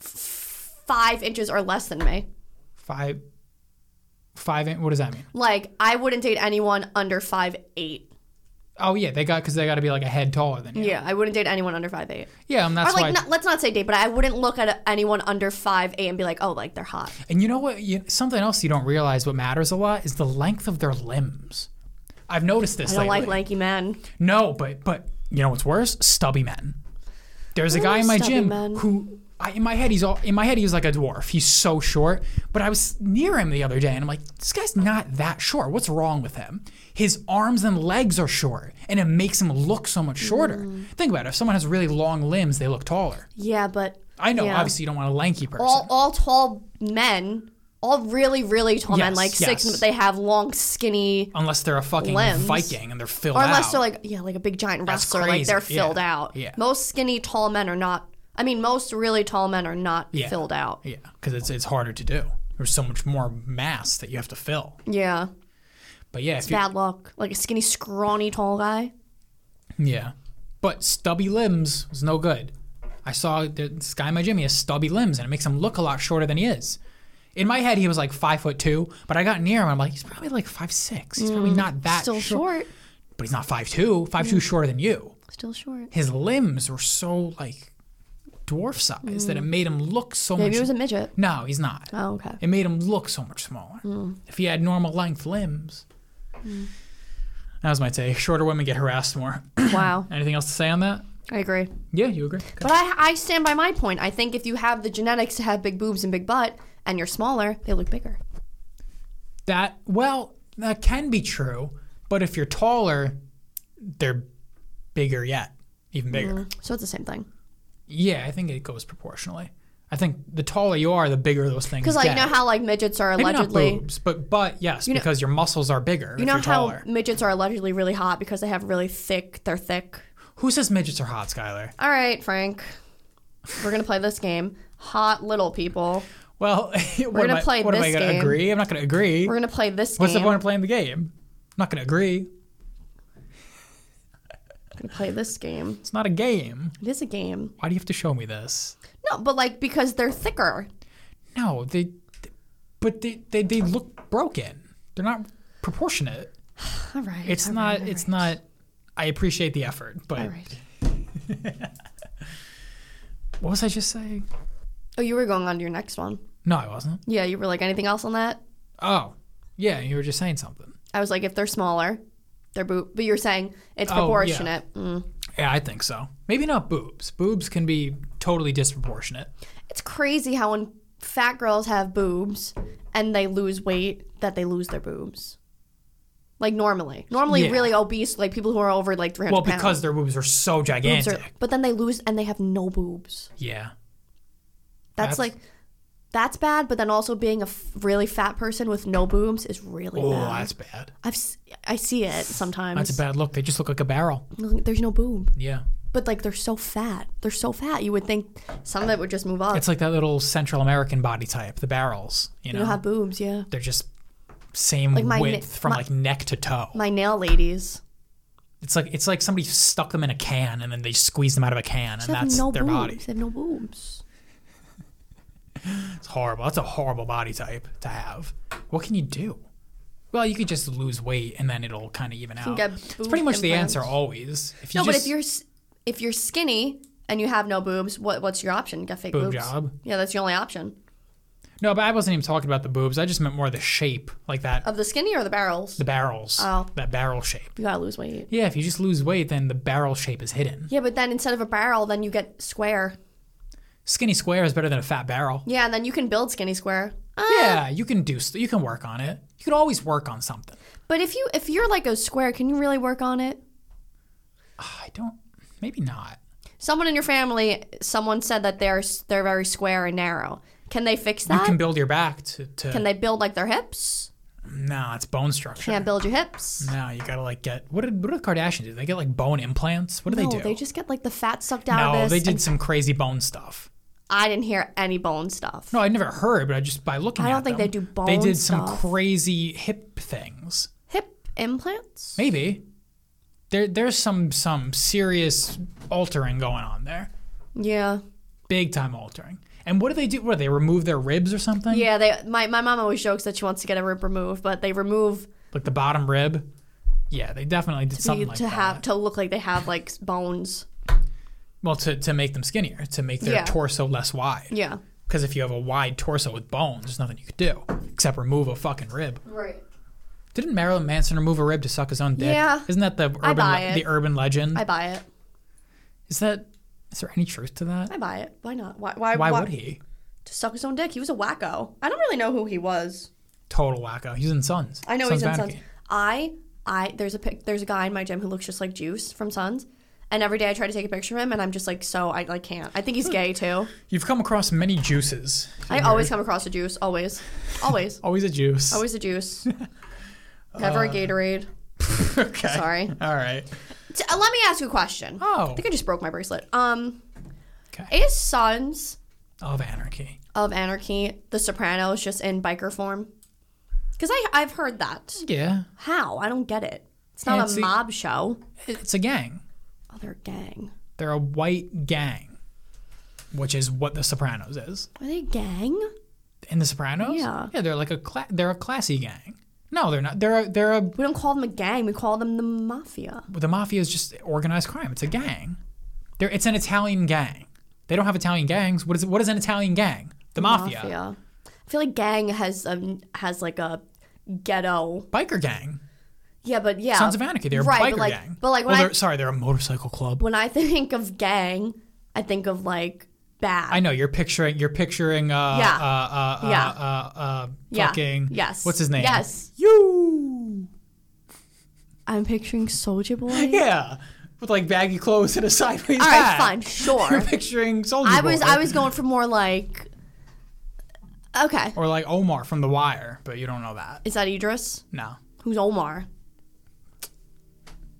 S2: f- five inches or less than me.
S1: five five in- what does that mean
S2: Like I wouldn't date anyone under five eight.
S1: oh yeah they got because they got to be like a head taller than you
S2: Yeah, I wouldn't date anyone under five eight.
S1: yeah and that's
S2: or like,
S1: why
S2: not, let's not say date, but I wouldn't look at anyone under five eight and be like, oh, like they're hot.
S1: and you know what you, something else you don't realize what matters a lot is the length of their limbs i've noticed this
S2: I don't like
S1: lately
S2: lanky men.
S1: no but but you know what's worse stubby men there's a guy in my
S2: stubby
S1: gym
S2: men.
S1: who I, in my head he's all in my head he was like a dwarf he's so short but i was near him the other day and i'm like this guy's not that short what's wrong with him his arms and legs are short and it makes him look so much shorter
S2: Mm.
S1: think about it if someone has really long limbs they look taller
S2: Yeah, but
S1: i know
S2: yeah.
S1: obviously you don't want a lanky person
S2: all all tall men, all really really tall men,
S1: Yes,
S2: like six,
S1: yes.
S2: but they have long skinny.
S1: unless they're a fucking
S2: Limbs.
S1: viking and they're filled
S2: or unless
S1: out
S2: they're like yeah like a big giant
S1: That's
S2: wrestler like they're
S1: crazy, yeah,
S2: filled out
S1: yeah.
S2: most skinny tall men are not i mean most really tall men are not filled out
S1: yeah because it's, it's harder to do there's so much more mass that you have to fill
S2: yeah
S1: but yeah if you,
S2: bad luck like a skinny scrawny tall guy
S1: Yeah. But stubby limbs was no good. I saw this guy in my gym, he has stubby limbs and it makes him look a lot shorter than he is. In my head he was like five foot two, but I got near him and I'm like, he's probably like five six. He's probably not that
S2: Mm, still
S1: short.
S2: short Mm.
S1: But he's not five two. Five two shorter than you.
S2: still short
S1: His limbs were so like dwarf sized that it made him look so
S2: Mm. maybe
S1: much
S2: it was a midget
S1: No, he's not.
S2: oh okay
S1: It made him look so much smaller.
S2: Hmm.
S1: If he had normal length limbs. That was my take. Shorter women get harassed more.
S2: wow
S1: Anything else to say on that?
S2: i agree
S1: Yeah, you agree.
S2: but I, I stand by my point i think if you have the genetics to have big boobs and big butt and you're smaller they look bigger
S1: That well, that can be true, but if you're taller, they're bigger yet, even bigger.
S2: so it's the same thing
S1: Yeah, I think it goes proportionally. I think the taller you are, the bigger those things
S2: because like
S1: get.
S2: you know how like midgets are
S1: Maybe
S2: allegedly
S1: not boobs, but but yes,
S2: know-
S1: because your muscles are bigger
S2: you
S1: if
S2: know
S1: you're
S2: how
S1: taller.
S2: midgets are allegedly really hot because they have really thick they're thick
S1: Who says midgets are hot, Skylar?
S2: All right, Frank. We're gonna play this game. Hot little people.
S1: Well, we're am
S2: gonna
S1: I,
S2: play
S1: What am I
S2: this
S1: gonna
S2: game.
S1: agree? I'm not gonna agree.
S2: We're gonna play this
S1: What's
S2: game.
S1: the point of playing the game? I'm not gonna agree.
S2: We're gonna play this game.
S1: It's not a game.
S2: It is a game.
S1: Why do you have to show me this?
S2: No, but like because they're thicker.
S1: No, they, but they, they, they look broken. they're not proportionate.
S2: All right.
S1: It's
S2: all
S1: not.
S2: right, all
S1: it's
S2: right.
S1: not. I appreciate the effort, but
S2: All right.
S1: what was I just saying?
S2: Oh, you were going on to your next one.
S1: No, I wasn't.
S2: Yeah, you were like, anything else on that?
S1: Oh, yeah, you were just saying something.
S2: I was like, if they're smaller, they're boob. But you're saying it's
S1: Oh, yeah.
S2: proportionate. Mm.
S1: Yeah, I think so. Maybe not boobs. Boobs can be totally disproportionate.
S2: It's crazy how when fat girls have boobs and they lose weight, that they lose their boobs. Like normally, normally
S1: Yeah.
S2: really obese, like people who are over like 300
S1: Well,
S2: pounds.
S1: because their boobs are so
S2: boobs
S1: gigantic.
S2: are, but then they lose and they have no boobs.
S1: yeah.
S2: That's,
S1: That's-
S2: like, that's bad. But then also being a f- really fat person with no boobs is really
S1: Oh,
S2: bad.
S1: that's bad.
S2: I've s- I see it sometimes.
S1: That's a bad look. They just look like a barrel.
S2: There's no boob.
S1: Yeah.
S2: But like they're so fat. They're so fat. You would think some of it would just move up.
S1: It's like that little Central American body type, the barrels. You
S2: you
S1: know,
S2: don't have boobs, yeah.
S1: they're just same
S2: my
S1: width
S2: ne-
S1: from
S2: my-
S1: like neck to toe.
S2: My nail ladies.
S1: It's like it's like somebody stuck them in a can and then they squeezed them out of a can and
S2: They have
S1: that's
S2: no
S1: their
S2: boobs.
S1: body.
S2: They have no boobs.
S1: It's horrible. That's a horrible body type to have. What can you do? Well, you could just lose weight and then it'll kind of even out.
S2: get
S1: It's
S2: boob
S1: Oh. pretty much the
S2: implants.
S1: answer always. If you
S2: no,
S1: just,
S2: but if you're s- if you're skinny and you have no boobs, what what's your option? Get fake
S1: Boob
S2: boobs.
S1: job.
S2: Yeah, that's the only option.
S1: no, but I wasn't even talking about the boobs. I just meant more the shape, like that
S2: Of the skinny or the barrels?
S1: the barrels,
S2: Oh.
S1: that barrel shape.
S2: you gotta lose weight.
S1: Yeah, if you just lose weight, then the barrel shape is hidden.
S2: Yeah, but then instead of a barrel, then you get square.
S1: Skinny square is better than a fat barrel.
S2: Yeah, and then you can build skinny square. Ah,
S1: Yeah, you can do. St- you can work on it. You can always work on something.
S2: But if you if you're like a square, can you really work on it?
S1: Ah, I don't. Maybe not.
S2: Someone in your family, someone said that they're they're very square and narrow. Can they fix
S1: You
S2: that?
S1: can
S2: Can,
S1: build your back to. to
S2: they build like their hips?
S1: nah, it's bone structure.
S2: Can't build your hips.
S1: No, you gotta like get what did what did the Kardashians do? They get like bone implants. What do
S2: no,
S1: they do?
S2: just get like the fat sucked out
S1: no,
S2: of this.
S1: they did
S2: and
S1: some crazy bone stuff.
S2: I didn't hear any bone stuff.
S1: No, I never heard, but I just by looking.
S2: I don't
S1: at
S2: think
S1: them,
S2: they do bone
S1: They did some
S2: stuff.
S1: crazy hip things.
S2: Hip implants?
S1: Maybe there there's some some serious altering going on there,
S2: Yeah.
S1: big time altering. And what do they do? What do they remove their ribs or something?
S2: Yeah, they my, my mom always jokes that she wants to get a rib removed, but they remove
S1: like the bottom rib. Yeah, they definitely did something
S2: to
S1: like that.
S2: have to look like they have like s- bones.
S1: well, to, to make them skinnier, to make their
S2: Yeah.
S1: torso less wide.
S2: Yeah.
S1: Because if you have a wide torso with bones, there's nothing you could do except remove a fucking rib.
S2: Right.
S1: Didn't Marilyn Manson remove a rib to suck his own dick?
S2: Yeah.
S1: Isn't that the urban
S2: buy
S1: le-
S2: it.
S1: the urban legend?
S2: I buy it.
S1: is that is there any truth to that?
S2: I buy it. Why not? Why why,
S1: Why would he?
S2: To suck his own dick. He was a wacko. I don't really know who he was.
S1: Total wacko. He's in Sons.
S2: I know he's in
S1: Vatican.
S2: Suns. I I there's a pic there's a guy in my gym who looks just like Juice from Suns, and every day I try to take a picture of him, and I'm just like so I like can't. I think he's gay too.
S1: You've come across many juices.
S2: I always come across a Juice, always, always,
S1: Always a juice.
S2: always a Juice. Never
S1: Uh,
S2: a Gatorade.
S1: okay.
S2: Sorry.
S1: All right.
S2: T- uh, let me ask you a question.
S1: Oh.
S2: I think I just broke my bracelet. Um,
S1: Okay.
S2: is Sons
S1: Of anarchy.
S2: of Anarchy The Sopranos just in biker form? Because I I've heard that.
S1: Yeah.
S2: How I don't get it. It's not
S1: Fancy.
S2: a mob show.
S1: It's a gang.
S2: Oh, they're a gang.
S1: They're a white gang, which is what The Sopranos is.
S2: Are they a gang?
S1: In The Sopranos?
S2: Yeah.
S1: Yeah, they're like a cla- they're a classy gang. No, they're not. They're a, they're a
S2: We don't call them a gang. We call them the mafia.
S1: the mafia is just organized crime. It's a gang. They're, it's an Italian gang. They don't have Italian gangs. What is what is an Italian gang? The mafia.
S2: I feel like gang has um has like a ghetto.
S1: Biker gang.
S2: Yeah, but yeah.
S1: Sons of Anarchy. They're
S2: right,
S1: a biker
S2: but like,
S1: gang.
S2: But like
S1: well,
S2: when I
S1: they're, sorry, they're a motorcycle club.
S2: when I think of gang, I think of like bad.
S1: I know you're picturing you're picturing uh
S2: Yeah.
S1: uh uh
S2: Yeah.
S1: uh, uh, uh
S2: Yeah.
S1: fucking
S2: Yes.
S1: what's his name?
S2: Yes.
S1: You.
S2: I'm picturing Soldier Boy.
S1: Yeah. With like baggy clothes and a sideways
S2: All right,
S1: hat.
S2: fine, sure.
S1: You're picturing Soldier
S2: I was
S1: Boy.
S2: I was going for more like. Okay,
S1: or like Omar from The Wire, but you don't know that.
S2: is that Idris?
S1: No.
S2: Who's Omar?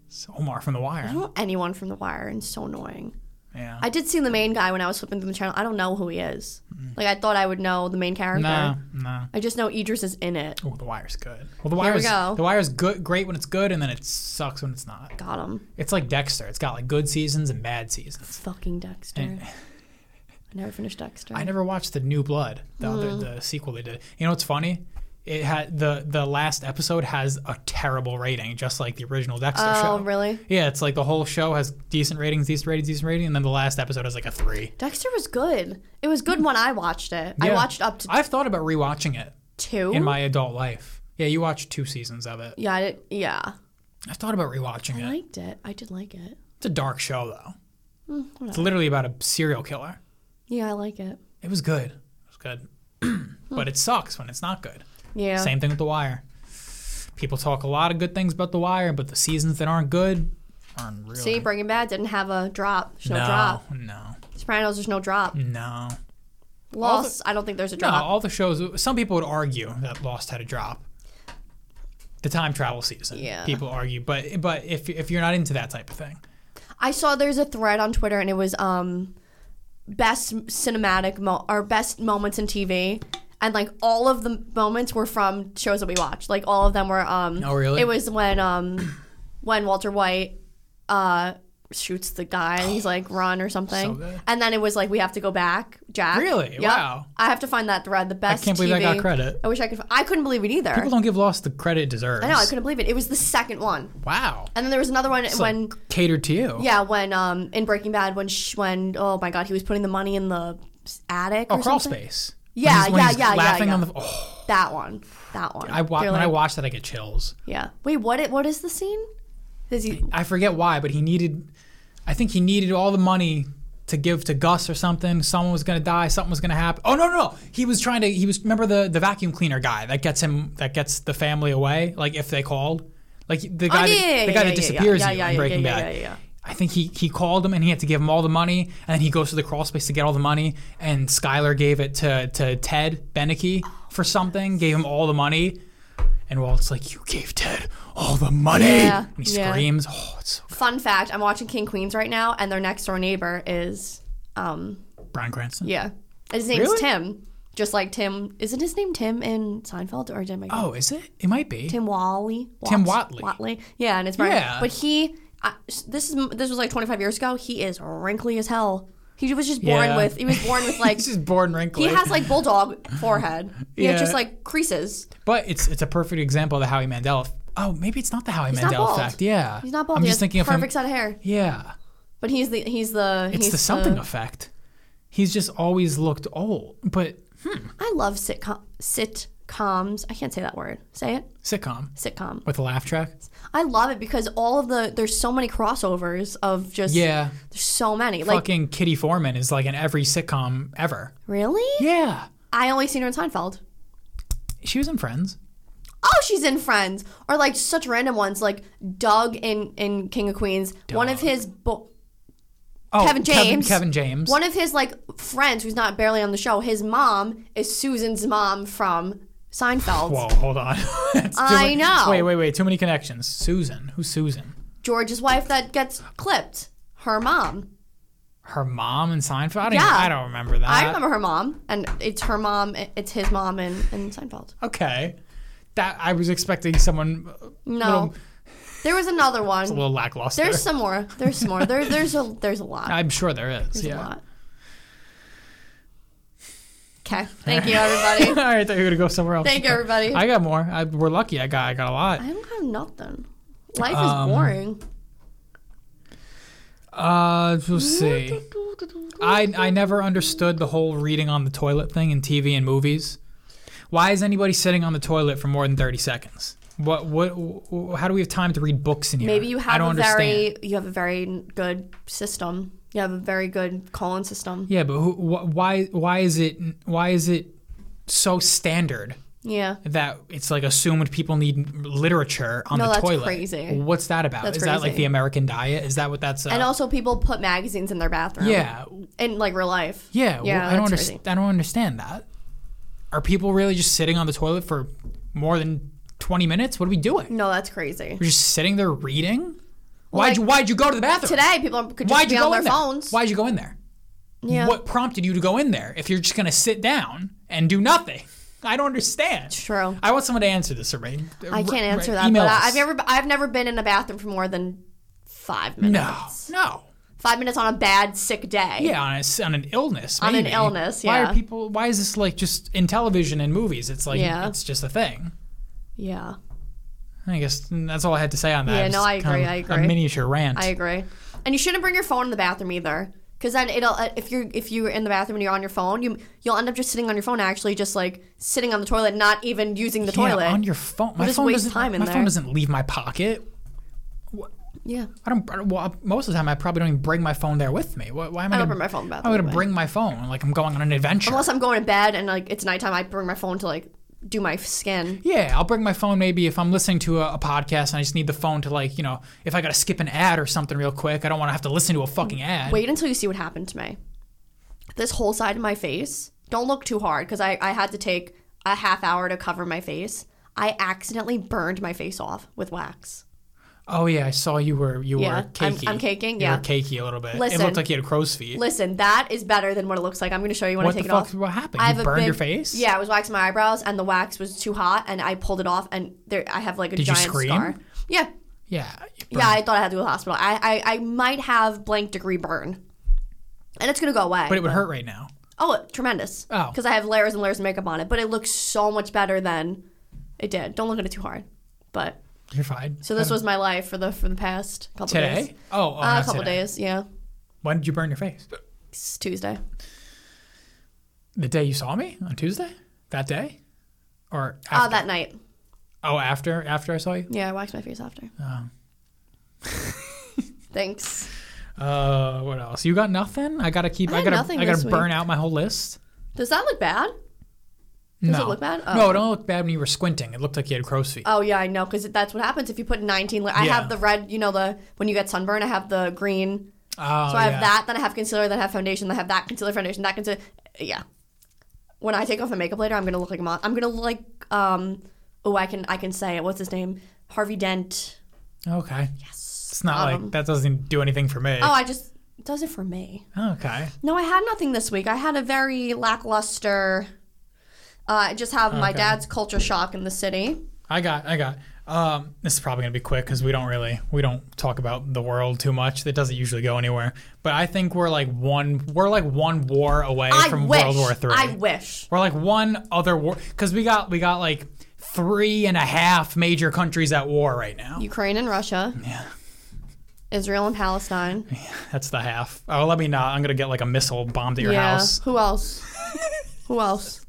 S1: It's Omar from The
S2: I
S1: Wire.
S2: don't know anyone from The Wire, and it's so annoying.
S1: Yeah.
S2: I did see the main guy when I was flipping through the channel. I don't know who he is.
S1: Mm.
S2: Like I thought I would know the main character.
S1: No, no.
S2: I just know Idris is in it.
S1: Oh, the wire's good. Well, the
S2: we
S1: wire's
S2: go.
S1: the wire's good, great when it's good, and then it sucks when it's not.
S2: Got him.
S1: It's like Dexter. It's got like good seasons and bad seasons.
S2: Fucking Dexter.
S1: And-
S2: I never finished Dexter. Hmm.
S1: I never watched the New Blood, the other the sequel they did. You know what's funny it had the the last episode has a terrible rating, just like the original Dexter
S2: Oh,
S1: show.
S2: really?
S1: Yeah, it's like the whole show has decent ratings, decent ratings, decent ratings, and then the last episode has like a three.
S2: Dexter was good. It was good when I watched it. I
S1: Yeah.
S2: watched up to
S1: I've thought about rewatching it
S2: two.
S1: in my adult life. Yeah, you watched two seasons of it.
S2: yeah, I did, yeah.
S1: I've thought about rewatching
S2: I
S1: it.
S2: liked it. I did like it.
S1: It's a dark show though.
S2: Hmm,
S1: It's literally about a serial killer.
S2: Yeah, I like it.
S1: It was good. It was good. but it sucks when it's not good.
S2: Yeah.
S1: Same thing with The Wire. People talk a lot of good things about The Wire, but the seasons that aren't good aren't really.
S2: See, Breaking Bad didn't have a drop. There's no,
S1: no,
S2: drop.
S1: no,
S2: Sopranos, there's no drop.
S1: no,
S2: Lost, I don't think there's a
S1: no.
S2: drop.
S1: All the shows. Some people would argue that Lost had a drop. The time travel season.
S2: Yeah.
S1: People argue, but but if if you're not into that type of thing,
S2: I saw there's a thread on Twitter and it was um best cinematic mo- or best moments in TV. And like all of the moments were from shows that we watched. Like all of them were um
S1: Oh, really?
S2: It was when um when Walter White uh shoots the guy and he's like run or
S1: So
S2: something.
S1: good.
S2: and then it was like we have to go back, Jack.
S1: Really?
S2: Yep.
S1: Wow.
S2: I have to find that thread. The best
S1: can't believe
S2: TV.
S1: I got credit.
S2: I wish I could I couldn't believe it either.
S1: people don't give Lost the credit it deserves.
S2: I know, I couldn't believe it. It was the second one.
S1: Wow.
S2: And then there was another one when
S1: Catered to you.
S2: yeah, when um in Breaking Bad, when sh- when oh my god, he was putting the money in the s- attic
S1: Oh,
S2: or
S1: crawl
S2: something.
S1: space.
S2: Yeah,
S1: when he's, when
S2: yeah,
S1: he's
S2: yeah, yeah,
S1: laughing
S2: yeah.
S1: on the. Oh,
S2: That one, that one.
S1: I wa-
S2: They're
S1: when I
S2: like-
S1: watch that, I get chills.
S2: Yeah. Wait, what? It, what is the scene? Is he?
S1: I forget why, but he needed. I think he needed all the money to give to Gus or something. Someone was gonna die. Something was gonna happen. Oh no, no, no. He was trying to. He was remember the the vacuum cleaner guy that gets him that gets the family away. Like if they called, like the guy
S2: Oh, yeah,
S1: that, the
S2: yeah, yeah,
S1: guy
S2: yeah,
S1: that disappears
S2: yeah,
S1: you
S2: yeah,
S1: in
S2: yeah,
S1: Breaking
S2: yeah,
S1: Bad.
S2: yeah, yeah.
S1: I think he, he called him and he had to give him all the money, and then he goes to the crawl space to get all the money. And Skyler gave it to, to Ted Beneke for something, gave him all the money. And Walt's like, You gave Ted all the money.
S2: Yeah,
S1: and he
S2: yeah.
S1: screams. Oh, it's so
S2: Fun fact: I'm watching King Queens right now, and their next door neighbor is um
S1: Brian Cranston.
S2: yeah, his name's
S1: Really?
S2: Tim. Just like Tim, isn't his name Tim in Seinfeld or did I make
S1: Oh, is it? It might be.
S2: Tim Wally.
S1: Tim
S2: Watts-
S1: Watley.
S2: Watley. Yeah, and it's Brian.
S1: Yeah.
S2: But he, I, this is this was like 25 years ago. He is wrinkly as hell. He was just born
S1: Yeah.
S2: with. He was born with like.
S1: He's just born wrinkly.
S2: he has like bulldog forehead. He has
S1: Yeah.
S2: just like creases.
S1: but it's it's a perfect example of the Howie Mandel. F- oh, maybe it's not the Howie
S2: not
S1: Mandel
S2: bald.
S1: effect. Yeah.
S2: He's not bald.
S1: I'm
S2: he
S1: just
S2: has
S1: thinking of him.
S2: perfect set of hair.
S1: Yeah.
S2: But he's the he's the
S1: It's
S2: he's
S1: the something effect. He's just always looked old, but
S2: I love sitcom sitcoms. I can't say that word. Say it.
S1: sitcom.
S2: Sitcom.
S1: With a laugh track?
S2: I love it because all of the there's so many crossovers of just
S1: Yeah.
S2: There's so many. Like
S1: Fucking Kitty Foreman is like in every sitcom ever.
S2: really?
S1: Yeah.
S2: I only seen her in Seinfeld.
S1: She was in Friends.
S2: oh she's in friends or like such random ones like doug in in king of queens one of his bo-
S1: Oh,
S2: Kevin James.
S1: Kevin, James.
S2: one of his like friends who's not barely on the show his mom is susan's mom from seinfeld
S1: Whoa, hold on. That's too
S2: I
S1: many-
S2: know.
S1: Wait, wait, wait. Too many connections. Susan. Who's Susan?
S2: george's wife that gets clipped her mom
S1: Her mom in Seinfeld? I don't, even-
S2: Yeah.
S1: I don't remember that.
S2: i remember her mom and it's her mom it's his mom in, in seinfeld
S1: Okay. That I was expecting someone
S2: no
S1: Little-
S2: there was another
S1: a
S2: one
S1: little lackluster.
S2: there's some more there's some more there, there's a there's a lot
S1: I'm sure there is.
S2: there's a
S1: yeah.
S2: lot okay thank you everybody
S1: All right, I thought you were gonna go somewhere else.
S2: Thank you, everybody.
S1: I got more. I, we're lucky. I got. I got a lot.
S2: I don't have nothing. Life
S1: Um,
S2: is boring.
S1: Uh, we'll see. I I never understood the whole reading on the toilet thing in TV and movies. Why is anybody sitting on the toilet for more than thirty seconds? What what? wh- How do we have time to read books in here?
S2: Maybe you
S1: I
S2: have
S1: don't
S2: a
S1: understand.
S2: very you have a very good system. You have a very good colon system.
S1: Yeah, but who, wh- why why is it why is it so standard
S2: Yeah.
S1: that it's like assumed people need literature on
S2: No,
S1: the
S2: that's
S1: toilet?
S2: crazy.
S1: What's that about?
S2: That's
S1: is that like
S2: crazy.
S1: the American diet? Is that what that's? Uh,
S2: And also people put magazines in their bathroom.
S1: yeah,
S2: In like real life.
S1: Yeah, well,
S2: Yeah,
S1: I don't
S2: that's
S1: understand. I don't understand that. Are people really just sitting on the toilet for more than twenty minutes? What are we doing?
S2: No, that's crazy.
S1: We're just sitting there reading. why'd
S2: like-
S1: you Why'd you go to the bathroom
S2: Today people are- could just
S1: Why'd
S2: be
S1: you go
S2: on their
S1: in there?
S2: phones.
S1: Why'd you go in there?
S2: Yeah.
S1: What prompted you to go in there if you're just gonna sit down and do nothing? I don't understand.
S2: True.
S1: I want someone to answer this, Serene.
S2: I can't answer that,
S1: Email
S2: but I,
S1: us.
S2: I've never I've never been in a bathroom for more than five minutes.
S1: No, no.
S2: Five minutes on a bad, sick day.
S1: Yeah, on, a s on an illness.
S2: On an
S1: maybe.
S2: illness,
S1: Why
S2: yeah.
S1: are people? Why is this like just in television and movies? It's like
S2: Yeah.
S1: it's just a thing.
S2: Yeah.
S1: I guess that's all I had to say on that.
S2: Yeah,
S1: It's
S2: no, I
S1: kind of
S2: agree, I
S1: A
S2: agree.
S1: miniature rant.
S2: I agree. And you shouldn't bring your phone in the bathroom either, because then it'll uh, if you're if you're in the bathroom and you're on your phone, you you'll end up just sitting on your phone, actually just like sitting on the toilet, not even using the
S1: Yeah,
S2: toilet.
S1: on your phone. My
S2: just
S1: phone
S2: waste
S1: doesn't.
S2: time in
S1: my phone
S2: there.
S1: doesn't leave my pocket.
S2: yeah,
S1: I don't. I don't- well, most of the time, I probably don't even bring my phone there with me. Why, why am I?
S2: I don't
S1: gonna-
S2: bring my phone in the
S1: I'm
S2: bathroom
S1: gonna
S2: anyway.
S1: bring my phone like I'm going on an adventure.
S2: unless I'm going to bed and like it's nighttime, I bring my phone to like do my skin.
S1: yeah, I'll bring my phone maybe if I'm listening to a, a podcast and I just need the phone to like you know if I gotta skip an ad or something real quick. I don't want to have to listen to a fucking ad.
S2: Mm, Wait until you see what happened to me. This whole side of my face. Don't look too hard, because I I had to take a half hour to cover my face. I accidentally burned my face off with wax.
S1: Oh yeah, I saw you were you
S2: Yeah,
S1: were
S2: I'm-
S1: cakey.
S2: I'm caking,
S1: You
S2: yeah.
S1: were cakey a little bit.
S2: Listen.
S1: it looked like you had crow's feet.
S2: Listen, that is better than what it looks like. I'm going to show you when
S1: what
S2: I
S1: the
S2: take it
S1: fuck?
S2: off.
S1: What happened?
S2: I have
S1: you
S2: a
S1: burned
S2: big-
S1: your face?
S2: Yeah, I was waxing my eyebrows, and the wax was too hot, and I pulled it off, and there I have like a
S1: Did you
S2: giant
S1: scream?
S2: scar. Yeah,
S1: Yeah. you
S2: yeah. I thought I had to go to the hospital. I, I, I might have blank degree burn, and it's gonna go away.
S1: But it would hurt right now.
S2: oh, tremendous!
S1: Oh.
S2: because I have layers and layers of makeup on it, but it looks so much better than it did. Don't look at it too hard, but
S1: You're fine. Uh,
S2: so this was my life for the for the past couple days.
S1: Hmm. today? Oh, oh
S2: Uh,
S1: not
S2: a couple
S1: today.
S2: days, yeah.
S1: When did you burn your face?
S2: It's Tuesday.
S1: The day you saw me on Tuesday? That day? Or
S2: Oh,
S1: after?
S2: that night.
S1: oh, after after I saw you?
S2: Yeah, I waxed my face after.
S1: Oh.
S2: Thanks.
S1: Uh, what else? You got nothing? I gotta keep.
S2: I
S1: I,
S2: had
S1: gotta.
S2: nothing
S1: I gotta
S2: this
S1: burn
S2: week.
S1: out my whole list.
S2: Does that look bad? Does
S1: no.
S2: it look bad?
S1: No,
S2: Oh.
S1: it don't look bad when you were squinting. It looked like you had crow's feet.
S2: Oh yeah, I know because that's what happens if you put 19. Li- I
S1: Yeah.
S2: have the red, you know, the when you get sunburn, I have the green.
S1: Oh,
S2: So I have
S1: yeah.
S2: that, then I have concealer, then I have foundation, then I have that concealer, foundation, that concealer. Yeah. When I take off my makeup later, I'm gonna look like a mon- I'm gonna look like um. Oh, I can I can say it. What's his name? Harvey Dent.
S1: Okay.
S2: Yes.
S1: It's not
S2: Um,
S1: like that doesn't do anything for me.
S2: Oh, I just it does it for me.
S1: okay.
S2: No, I had nothing this week. I had a very lackluster. Uh, I just have my
S1: Okay.
S2: dad's culture shock in the city.
S1: I got, I got. Um, this is probably gonna be quick because we don't really, we don't talk about the world too much. That doesn't usually go anywhere. But I think we're like one, we're like one war away
S2: I
S1: from
S2: wish.
S1: World War Three.
S2: I wish.
S1: We're like one other war because we got, we got like three and a half major countries at war right now.
S2: Ukraine and Russia.
S1: Yeah.
S2: Israel and Palestine.
S1: That's the half. Oh, let me not. I'm gonna get like a missile bombed at your
S2: yeah.
S1: house.
S2: Who else? Who else?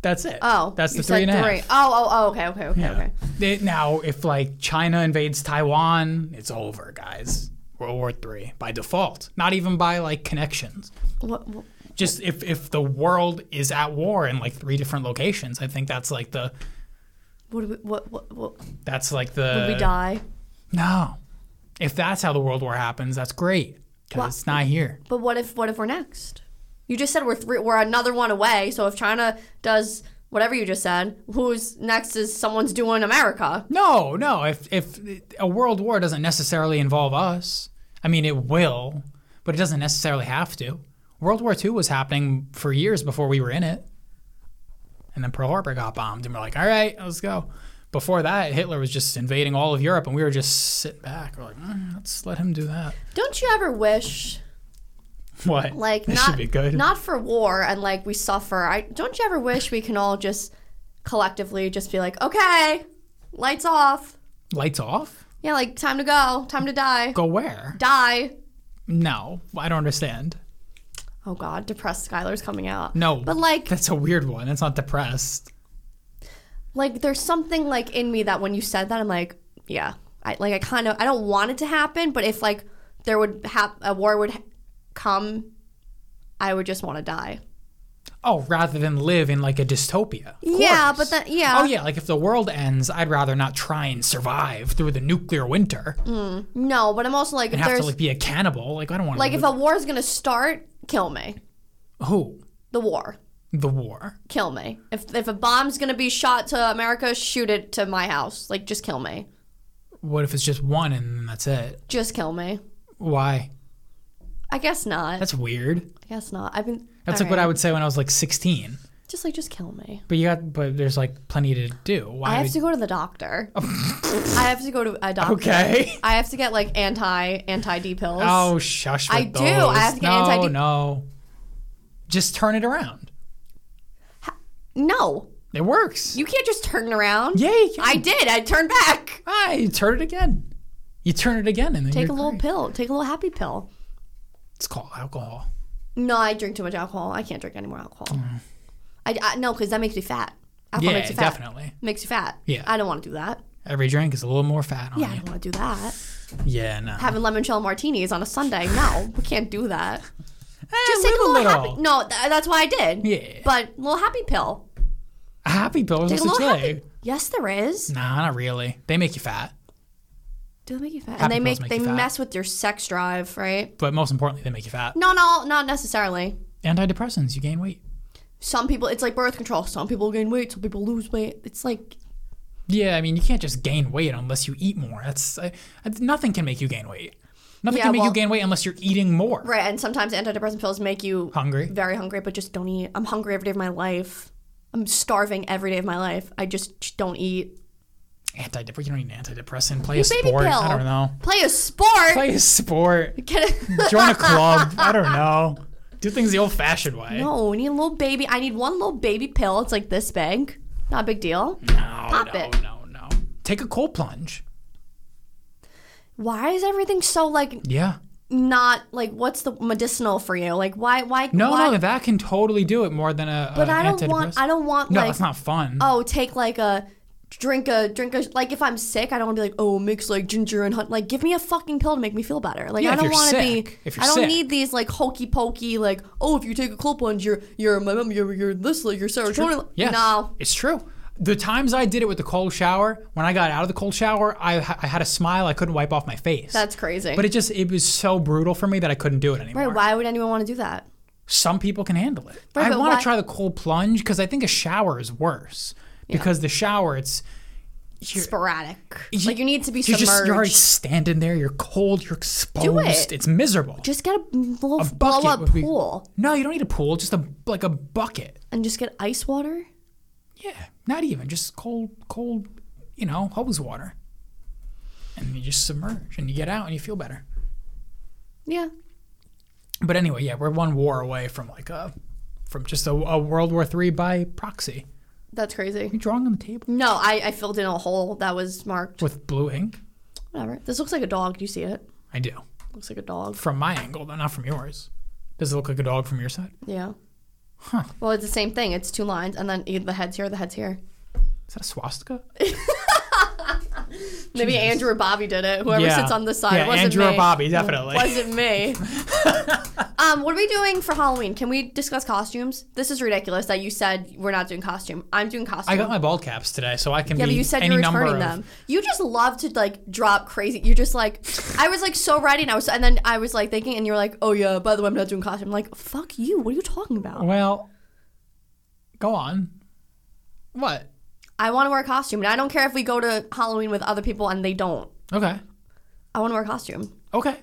S1: That's it.
S2: Oh,
S1: that's
S2: you
S1: the three
S2: said
S1: and a half.
S2: three. Oh, oh, oh, okay, okay, okay, okay.
S1: It- now, if like China invades Taiwan, it's over, guys. World War Three by default, not even by like connections.
S2: What, what-
S1: Just if if the world is at war in like three different locations, I think that's like the
S2: what, do we- what, what, what,
S1: that's like the
S2: would we die?
S1: no. If that's how the world war happens, that's great because
S2: Wha-
S1: it's not here.
S2: But what if, what if we're next? You just said we're three, we're another one away. So if China does whatever you just said, who's next is someone's doing America.
S1: No, no. If if a world war doesn't necessarily involve us, I mean it will, but it doesn't necessarily have to. World War II was happening for years before we were in it, and then Pearl Harbor got bombed, and we're like, all right, let's go. Before that, Hitler was just invading all of Europe, and we were just sitting back. We're like, "Mm, let's let him do that.
S2: Don't you ever wish
S1: What?
S2: like
S1: this
S2: not
S1: should be good.
S2: not for war and like we suffer. I don't you ever wish we can all just collectively just be like, okay, lights off.
S1: Lights off.
S2: Yeah, like time to go, time to die,
S1: Go where?
S2: die.
S1: No, I don't understand.
S2: Oh God, depressed Skylar's coming out.
S1: No,
S2: but like,
S1: that's a weird one. That's not depressed.
S2: like there's something like in me that when you said that, I'm like, yeah, I like I kind of I don't want it to happen, but if like there would have a war would ha- come, I would just want to die.
S1: Oh, rather than live in like a dystopia. Of
S2: Yeah,
S1: course.
S2: but then yeah,
S1: Oh yeah, like if the world ends, I'd rather not try and survive through the nuclear winter
S2: no, but I'm also like, if
S1: and have
S2: there's
S1: to like be a cannibal. Like I don't want
S2: like
S1: to.
S2: if a war is gonna start, kill me.
S1: who
S2: The war,
S1: the war?
S2: kill me. If if a bomb's gonna be shot to America, shoot it to my house. Like just kill me,
S1: What if it's just one and that's it?
S2: just kill me.
S1: Why?
S2: I guess not.
S1: That's weird.
S2: I guess not. I've been.
S1: That's like what I would say when I was like 16.
S2: Just like, just kill me.
S1: But you got, but there's like plenty to do. Why?
S2: I have
S1: would-
S2: to go to the doctor. I have to go to a doctor.
S1: Oh. Okay.
S2: I have to get like anti anti D pills.
S1: Oh, shush! With
S2: I do.
S1: Those.
S2: I have to get
S1: no,
S2: anti-
S1: No, just turn it around.
S2: No,
S1: It works.
S2: you can't just turn around.
S1: yeah, you can.
S2: I did. I turned back.
S1: Ah, you turn it again. You turn it again, and then
S2: Take
S1: you're
S2: a little
S1: great.
S2: pill. Take a little happy pill.
S1: It's called alcohol.
S2: No, I drink too much alcohol. I can't drink any more alcohol. I, I no, because that makes you fat. Alcohol
S1: Mm. yeah,
S2: makes you fat.
S1: definitely.
S2: Makes you fat.
S1: Yeah.
S2: I don't want to do that.
S1: Every drink is a little more fat on
S2: Yeah, I
S1: you.
S2: don't want to do that.
S1: Yeah, no.
S2: Having limoncello martinis on a Sunday. No, we can't do that.
S1: just
S2: take a little, happy. No, th- uh, that's why I did.
S1: Eh, Yeah.
S2: But little happy pill.
S1: A happy pill is
S2: Take a
S1: what's
S2: little
S1: it
S2: happy.
S1: say?
S2: Yes, there is.
S1: Nah, not really. They make you fat,
S2: Do they make you fat?
S1: Happy
S2: and they
S1: pills
S2: make,
S1: make
S2: they
S1: you fat.
S2: mess with your sex drive, right?
S1: but most importantly, they make you fat.
S2: No, no, not necessarily.
S1: Antidepressants, you gain weight.
S2: Some people, it's like birth control. Some people gain weight. Some people lose weight. It's like
S1: Yeah, I mean, you can't just gain weight unless you eat more. That's I, I, nothing can make you gain weight. Nothing
S2: Yeah,
S1: can make
S2: well-
S1: you gain weight unless you're eating more.
S2: right. And sometimes antidepressant pills make you
S1: Hungry.
S2: very hungry, but just don't eat. I'm hungry every day of my life. I'm starving every day of my life. I just ch- don't eat.
S1: Antidepressant. You don't need an antidepressant. Play a
S2: baby
S1: sport.
S2: pill.
S1: I don't know.
S2: Play a sport.
S1: Play a sport.
S2: Get a-
S1: Join a club. I don't know. Do things the old-fashioned way.
S2: no, we need a little baby. I need one little baby pill. It's like this big. Not a big deal.
S1: no,
S2: pop
S1: no,
S2: it.
S1: no, no. Take a cold plunge.
S2: Why is everything so like
S1: Yeah.
S2: not like what's the medicinal for you? Like why why
S1: No,
S2: why?
S1: no, that can totally do it more than a.
S2: But
S1: a
S2: I don't want
S1: antidepressant.
S2: I don't want
S1: no,
S2: like
S1: it's not fun.
S2: oh take like a drink a drink a like if I'm sick I don't want to be like oh mix like ginger and honey like give me a fucking pill to make me feel better like
S1: Yeah,
S2: I
S1: if
S2: don't
S1: you're
S2: want to be
S1: sick. If you're
S2: I don't
S1: sick.
S2: need these like hokey pokey like oh if you take a cold plunge you're you're my mom you're you're this like you're serotonin
S1: Yes.
S2: no
S1: It's true. The times I did it with the cold shower, when I got out of the cold shower, I, ha- I had a smile I couldn't wipe off my face.
S2: that's crazy
S1: but it just, it was so brutal for me that I couldn't do it anymore.
S2: right why would anyone want to do that
S1: Some people can handle it.
S2: Right,
S1: I
S2: but
S1: want
S2: why-
S1: to try the cold plunge because I think a shower is worse. Because the shower, it's. You're,
S2: sporadic like you need to be
S1: you're just you're already
S2: submerged
S1: standing there. You're cold. You're exposed.
S2: it.
S1: It's miserable.
S2: just get a blow, blow
S1: bucket
S2: up
S1: would be-
S2: pool
S1: no, you don't need a pool. Just a like a bucket.
S2: and just get ice water
S1: Yeah, not even just cold, cold, you know, hose water. And you just submerge and you get out and you feel better.
S2: yeah
S1: But anyway, yeah, we're one war away from like a, from just a, a World War Three by proxy.
S2: that's crazy
S1: You drawing on the table
S2: No, I, I filled in a hole that was marked.
S1: with blue ink?
S2: Whatever. This looks like a dog. Do you see it?
S1: I do.
S2: Looks like a dog.
S1: From my angle, though, not from yours. Does it look like a dog from your side?
S2: Yeah.
S1: Huh.
S2: Well, it's the same thing. It's two lines, and then either the head's here, the head's here.
S1: Is that a swastika?
S2: Maybe Andrew or Bobby did it. Whoever
S1: Yeah.
S2: sits on this side.
S1: Yeah,
S2: it wasn't
S1: Andrew or
S2: me.
S1: Bobby, definitely.
S2: Wasn't me. um, what are we doing for Halloween? Can we discuss costumes? This is ridiculous that you said we're not doing costume. I'm doing costume.
S1: I got my bald caps today, so I can
S2: Yeah,
S1: be
S2: but you said
S1: any
S2: you were
S1: number
S2: returning
S1: of.
S2: them. You just love to like drop crazy. You just like, I was like so ready, and I was, and then I was like thinking, and you were like, oh yeah, by the way, I'm not doing costume. I'm like, fuck you. What are you talking about?
S1: Well, go on. What?
S2: I want to wear a costume, and I don't care if we go to Halloween with other people and they don't.
S1: Okay.
S2: I want to wear a costume,
S1: Okay.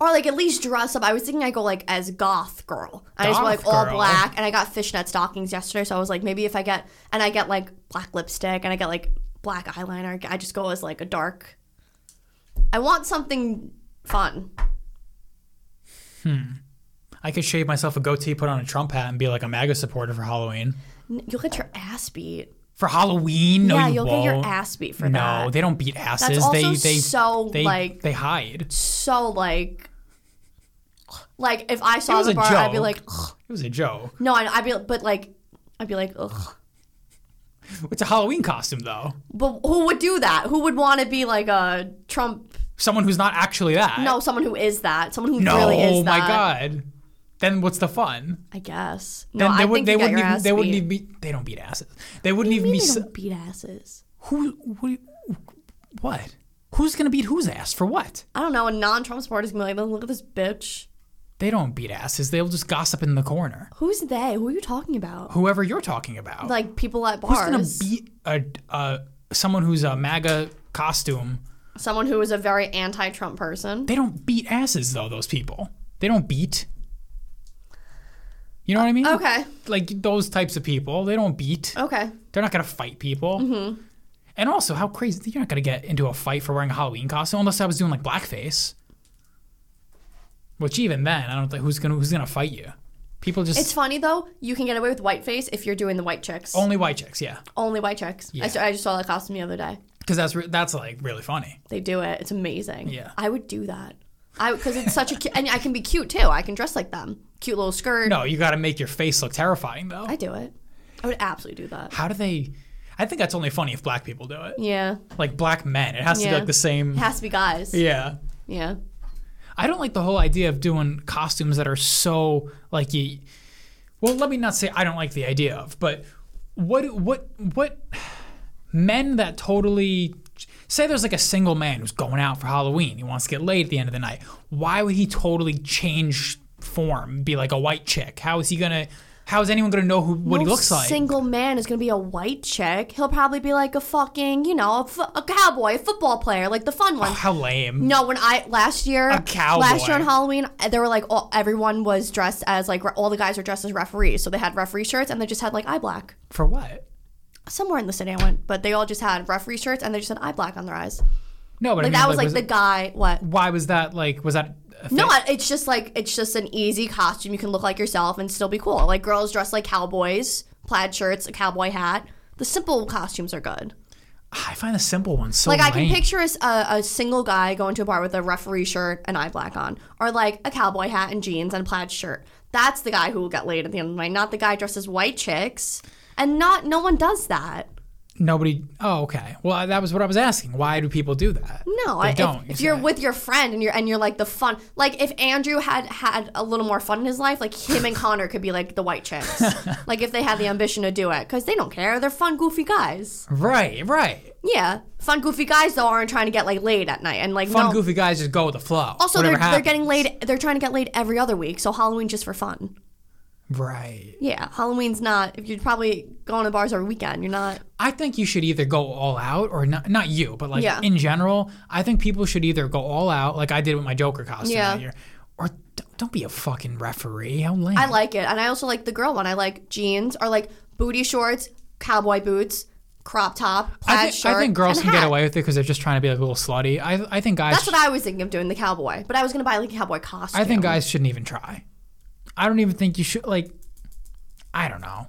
S2: or like at least dress up. I was thinking I go like as goth girl. I just wear like
S1: Goth
S2: all
S1: girl.
S2: black, and I got fishnet stockings yesterday, so I was like, maybe if I get and I get like black lipstick and I get like black eyeliner, I just go as like a dark. I want something fun.
S1: I could shave myself a goatee, put on a Trump hat, and be like a MAGA supporter for Halloween.
S2: N- You'll get your ass beat.
S1: For Halloween? No,
S2: yeah,
S1: you
S2: will
S1: won't.
S2: get your ass beat for
S1: no,
S2: that.
S1: they don't beat asses.
S2: That's also
S1: they they
S2: so,
S1: they,
S2: like-
S1: they hide. It
S2: so like, like if I saw
S1: was
S2: the
S1: a
S2: bar, I'd be
S1: joke.
S2: like, Ugh.
S1: was a joke.
S2: no, I'd, I'd be, but like, I'd be like, ugh.
S1: It's a Halloween costume though.
S2: But who would do that? Who would want to be like a Trump?
S1: Someone who's not actually that.
S2: No, someone who is that. Someone who
S1: No, oh
S2: really is
S1: my
S2: that.
S1: god. Then what's the fun?
S2: I guess. No,
S1: Then
S2: I
S1: they
S2: think
S1: would they
S2: you
S1: wouldn't
S2: got your
S1: even
S2: ass
S1: they wouldn't
S2: beat.
S1: even be they don't beat asses. They wouldn't even
S2: What
S1: be
S2: do you mean
S1: s-
S2: they don't beat asses.
S1: who what, what? Who's gonna beat whose ass for what?
S2: I don't know. A non-Trump supporter is gonna be like, look at this bitch.
S1: They don't beat asses. They'll just gossip in the corner.
S2: Who's they? Who are you talking about?
S1: Whoever you're talking about.
S2: Like people at
S1: Who's gonna
S2: bars.
S1: beat a, a someone who's a MAGA costume?
S2: someone who is a very anti-Trump person.
S1: They don't beat asses though. Those people. They don't beat. You know what I mean?
S2: Okay. Oh.
S1: Like those types of people, they don't beat.
S2: Okay.
S1: They're not gonna fight people.
S2: Mm-hmm.
S1: And also, how crazy you're not gonna get into a fight for wearing a Halloween costume unless I was doing like blackface. Which even then, I don't think who's gonna who's gonna fight you. People just
S2: It's funny though. You can get away with whiteface if you're doing the white chicks.
S1: only white chicks, yeah,
S2: Only white chicks. I,
S1: Oh. Yeah.
S2: s- I just saw that costume the other day.
S1: because that's re- that's like really funny.
S2: They do it. It's amazing.
S1: Yeah.
S2: I would do that. I because it's such a cu- and I can be cute too. I can dress like them. Cute little skirt.
S1: No, you got to make your face look terrifying though.
S2: I do it. I would absolutely do that.
S1: how do they? I think that's only funny if black people do it.
S2: Yeah.
S1: Like black men, it has to
S2: Yeah.
S1: be like the same.
S2: It has to be guys.
S1: Yeah.
S2: Yeah.
S1: I don't like the whole idea of doing costumes that are so like you. Well, let me not say I don't like the idea of, but what what what men that totally say there's like a single man who's going out for Halloween. He wants to get laid at the end of the night. Why would he totally change form, be like a white chick? How is he gonna? How is anyone gonna know who what he
S2: No
S1: looks like?
S2: Single man is gonna be a white chick. He'll probably be like a fucking, you know, a, f- a cowboy, a football player, like the fun one.
S1: how lame.
S2: No, when I last year,
S1: A cowboy.
S2: last year on Halloween, uh, they were like all, everyone was dressed as like re- all the guys were dressed as referees, so they had referee shirts and they just had like eye black.
S1: For what?
S2: Somewhere in the city I went, but they all just had referee shirts and they just had eye black on their eyes.
S1: No, but I
S2: Like
S1: mean,
S2: that was like
S1: was
S2: the
S1: it-
S2: guy. What?
S1: why was that like was that a
S2: No,
S1: thing?
S2: I- it's just like it's just an easy costume. You can look like yourself and still be cool. Like girls dressed like cowboys, plaid shirts, a cowboy hat. The simple costumes are good.
S1: I find the simple ones so
S2: Like I can
S1: lame.
S2: picture a, s- a- a single guy going to a bar with a referee shirt and eye black on, or like a cowboy hat and jeans and a plaid shirt. That's the guy who will get laid at the end of the night, not the guy dressed as white chicks. And not no one does that.
S1: Nobody. Oh, okay. Well, I- that was what I was asking. Why do people do that?
S2: No,
S1: they
S2: I,
S1: don't.
S2: If, if you're
S1: said.
S2: with your friend and you're and you're like the fun, like if Andrew had had a little more fun in his life, like him and Connor could be like the white chicks, like if they had the ambition to do it, because they don't care. They're fun, goofy guys.
S1: right, right.
S2: Yeah, fun, goofy guys though aren't trying to get like laid at night and like
S1: Fun,
S2: no.
S1: goofy guys just go with the flow.
S2: Also,
S1: Whatever
S2: they're, they're
S1: happens.
S2: getting laid. They're trying to get laid every other week, so Halloween just for fun.
S1: Right.
S2: Yeah, Halloween's not. If you're probably going to bars every weekend, you're not.
S1: I think you should either go all out or not. Not you, but like
S2: Yeah.
S1: in general, I think people should either go all out, like I did with my Joker costume
S2: Yeah.
S1: that year, or don't, don't be a fucking referee. How lame.
S2: I like it, and I also like the girl one. I like jeans or like booty shorts, cowboy boots, crop top, plaid
S1: I think,
S2: shirt.
S1: I think girls
S2: and
S1: can get
S2: hat.
S1: away with it because they're just trying to be like a little slutty. I, I think guys.
S2: That's what I was thinking of doing the cowboy, but I was gonna buy like a cowboy costume.
S1: I think guys shouldn't even try. I don't even think you should like. I don't know.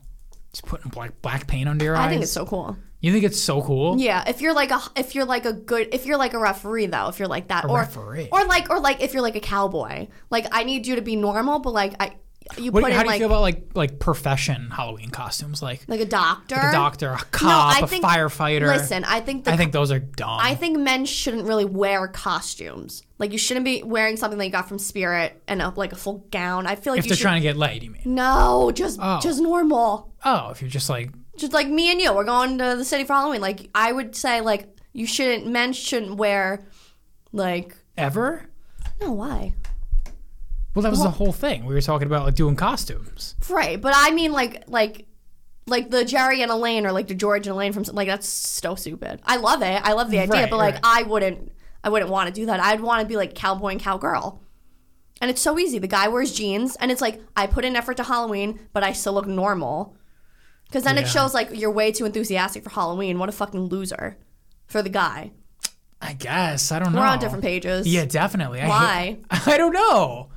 S1: Just putting black black paint under your
S2: I
S1: eyes.
S2: think it's so cool.
S1: you think it's so cool?
S2: Yeah, if you're like a if you're like a good if you're like a referee though, if you're like that or
S1: referee.
S2: or like or like if you're like a cowboy, like I need you to be normal, but like I you
S1: What,
S2: put
S1: how
S2: in
S1: do you
S2: like
S1: feel about like like profession Halloween costumes, like
S2: like a doctor,
S1: a doctor, a cop,
S2: I
S1: a
S2: think-
S1: firefighter?
S2: Listen, I think the
S1: I think those are dumb.
S2: I think men shouldn't really wear costumes. Like you shouldn't be wearing something that you got from Spirit and a, like a full gown. I feel like
S1: if
S2: you
S1: they're
S2: should
S1: trying Oh. to get laid, you mean?
S2: no, just just normal.
S1: Oh, if you're just like
S2: Just like me and you, we're going to the city for Halloween. Like I would say, like you shouldn't. Men shouldn't wear like
S1: ever.
S2: no why
S1: Well, that was the whole thing. We were talking about like doing costumes.
S2: right, but I mean like like. Like the Jerry and Elaine or like the George and Elaine from like that's so stupid. I love it. I love the idea,
S1: Right,
S2: but like
S1: right.
S2: I wouldn't I wouldn't want to do that. I'd want to be like cowboy and cowgirl. And it's so easy. The guy wears jeans, and it's like I put in effort to Halloween, but I still look normal. Because then
S1: Yeah.
S2: it shows like you're way too enthusiastic for Halloween. What a fucking loser for the guy.
S1: I guess I don't know.
S2: We're on different pages.
S1: Yeah, definitely. I
S2: Why?
S1: hate- I don't know.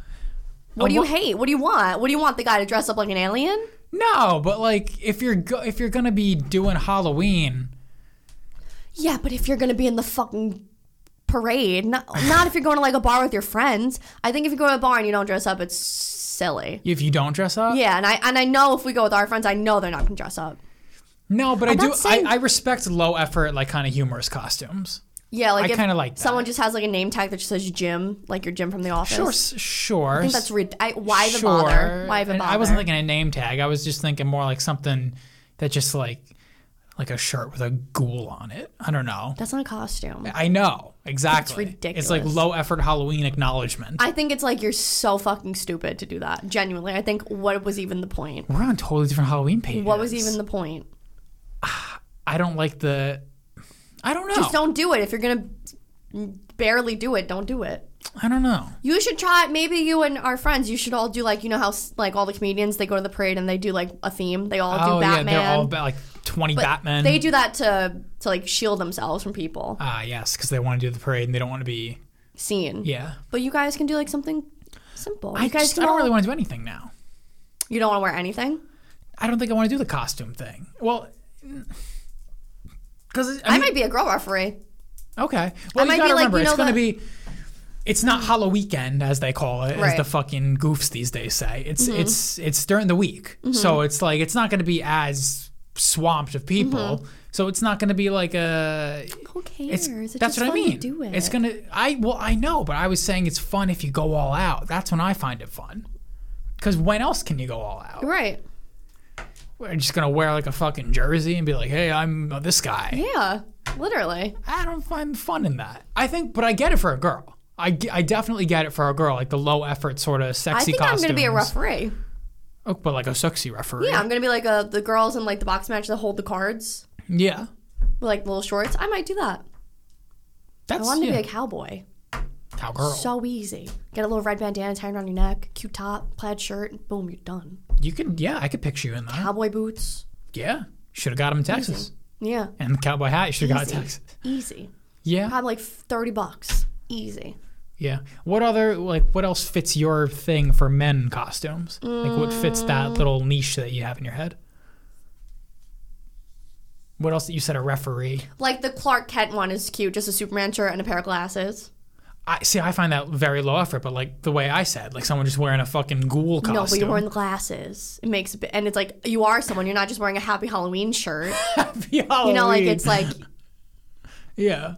S2: What do you hate? What do you want? What do you want? The guy to dress up like an alien?
S1: No, but like if you're go- if you're gonna be doing Halloween,
S2: Yeah, but if you're gonna be in the fucking parade, not not if you're going to like a bar with your friends. I think if you go to a bar and you don't dress up, it's silly.
S1: if you don't dress up,
S2: Yeah, and I and I know if we go with our friends, I know they're not gonna dress up.
S1: no. But i do.
S2: not saying-
S1: I, I respect low effort, like kind of humorous costumes.
S2: Yeah, like
S1: I
S2: if
S1: kinda like that.
S2: someone just has like a name tag that just says Jim, like your Jim from the office.
S1: Sure, s- sure.
S2: I think that's rid- I, why the
S1: sure.
S2: bother? Why the
S1: And
S2: bother?
S1: I wasn't thinking a name tag. I was just thinking more like something that just like like a shirt with a ghoul on it. I don't know.
S2: That's not a costume.
S1: I know exactly. It's like
S2: ridiculous.
S1: low effort Halloween acknowledgement.
S2: I think it's like you're so fucking stupid to do that. Genuinely, I think what was even the point?
S1: We're on totally different Halloween pages.
S2: What was even the point?
S1: I don't like the. I don't know.
S2: Just don't do it. If you're gonna barely do it, don't do it.
S1: I don't know.
S2: You should try. Maybe you and our friends. You should all do like you know how s- like all the comedians they go to the parade and they do like a theme. They all
S1: oh
S2: do Batman.
S1: yeah, they're all ba- like twenty Batman.
S2: They do that to to like shield themselves from people
S1: Ah yes, because they want to do the parade and they don't want to be.
S2: seen.
S1: Yeah.
S2: But you guys can do like something simple.
S1: I
S2: you guys
S1: just, I
S2: can
S1: don't
S2: all-
S1: really want to do anything now.
S2: You don't want to wear anything.
S1: I don't think I want to do the costume thing. Well, mm, because
S2: I, might be a girl referee.
S1: Okay. Well,
S2: I might
S1: you gotta
S2: be like,
S1: remember,
S2: you
S1: it's
S2: know,
S1: going to
S2: the-
S1: be. It's not Hollow Weekend as they call it, as
S2: Right. Mm-hmm.
S1: the fucking goofs these days say. It's it's it's during the week, so it's like it's not going to be as swamped of people.
S2: Mm-hmm.
S1: So it's not going to be like a.
S2: Who cares?
S1: It's,
S2: It's
S1: that's
S2: just
S1: what I
S2: fun
S1: mean.
S2: To do it.
S1: It's gonna. I well, I know, but I was saying it's fun if you go all out. That's when I find it fun. Because when else can you go all out?
S2: right.
S1: We're just gonna wear like a fucking jersey and be like, "Hey, I'm uh, this guy."
S2: Yeah. Literally.
S1: I don't find fun in that. I think, but I get it for a girl. I, ge- I definitely get it for a girl, like the low effort sort of sexy
S2: I think I'm
S1: costumes.
S2: gonna be a referee.
S1: Oh, but like a sexy referee.
S2: Yeah, I'm gonna be like a, the girls in like the box match that hold the cards,
S1: Yeah.
S2: with, like little shorts. I might do that. I
S1: That's
S2: want to
S1: yeah.
S2: be a cowboy.
S1: cowgirl.
S2: So easy. Get a little red bandana tied around your neck, cute top, plaid shirt, and boom, you're done.
S1: you could, yeah, I could picture you in that.
S2: Cowboy boots.
S1: yeah. Should have got him in Texas.
S2: Yeah,
S1: And the cowboy hat, you should have got in Texas.
S2: easy.
S1: Yeah.
S2: Probably like 30 bucks. Easy.
S1: Yeah. What other, like, what else fits your thing for men costumes? Like, what fits that
S2: Mm.
S1: little niche that you have in your head? What else? You said a referee.
S2: Like the Clark Kent one is cute, just a Superman shirt and a pair of glasses.
S1: I see. I find that very low effort, but like the way I said, like someone just wearing a fucking ghoul costume.
S2: No, but you're wearing the glasses. It makes a bit, and it's like you are someone. You're not just wearing a Happy Halloween shirt. You know, like it's like
S1: yeah,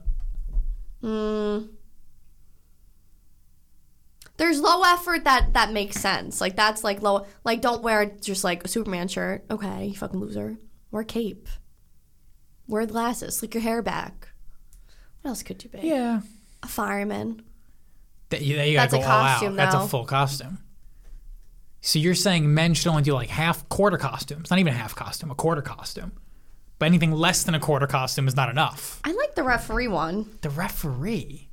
S2: there's low effort that that makes sense. Like that's like low. Like don't wear just like a Superman shirt. Okay, you fucking loser. Wear a cape. Wear glasses. Slick your hair back. What else could you be?
S1: yeah.
S2: A fireman.
S1: That, you, that you gotta
S2: That's a
S1: go all out.
S2: costume,
S1: That's a
S2: though.
S1: full costume. So you're saying men should only do like half quarter costumes, not even a half costume, a quarter costume. But anything less than a quarter costume is not enough.
S2: I like the referee one.
S1: The referee.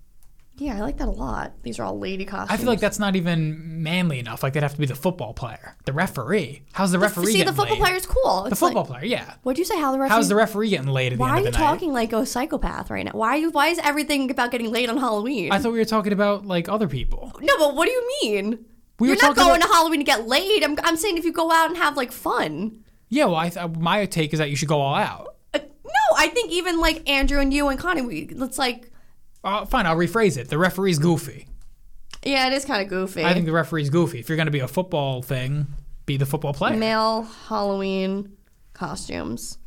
S2: Yeah, I like that a lot. These are all lady costumes.
S1: I feel like that's not even manly enough. Like they'd have to be the football player. The referee. How's the referee?
S2: See, the
S1: getting
S2: football
S1: laid?
S2: player is cool.
S1: The
S2: It's
S1: football
S2: Like,
S1: player. Yeah.
S2: what do you say? How the referee?
S1: How's the referee getting laid at the
S2: why
S1: end
S2: are
S1: of
S2: you
S1: the night?
S2: talking like a psychopath right now? Why are you? Why is everything about getting laid on Halloween?
S1: I thought we were talking about like other people.
S2: no, but what do you mean?
S1: We were
S2: You're not
S1: talking
S2: going
S1: about-
S2: to Halloween to get laid. I'm, I'm saying if you go out and have like fun.
S1: Yeah, well, I th- my take is that you should go all out.
S2: Uh, no, I think even like Andrew and you and Connie, we it's like
S1: Uh, fine, I'll rephrase it. The referee's goofy.
S2: yeah, it is kind of goofy.
S1: I think the referee's goofy. If you're going to be a football thing, be the football player.
S2: Male Halloween costumes.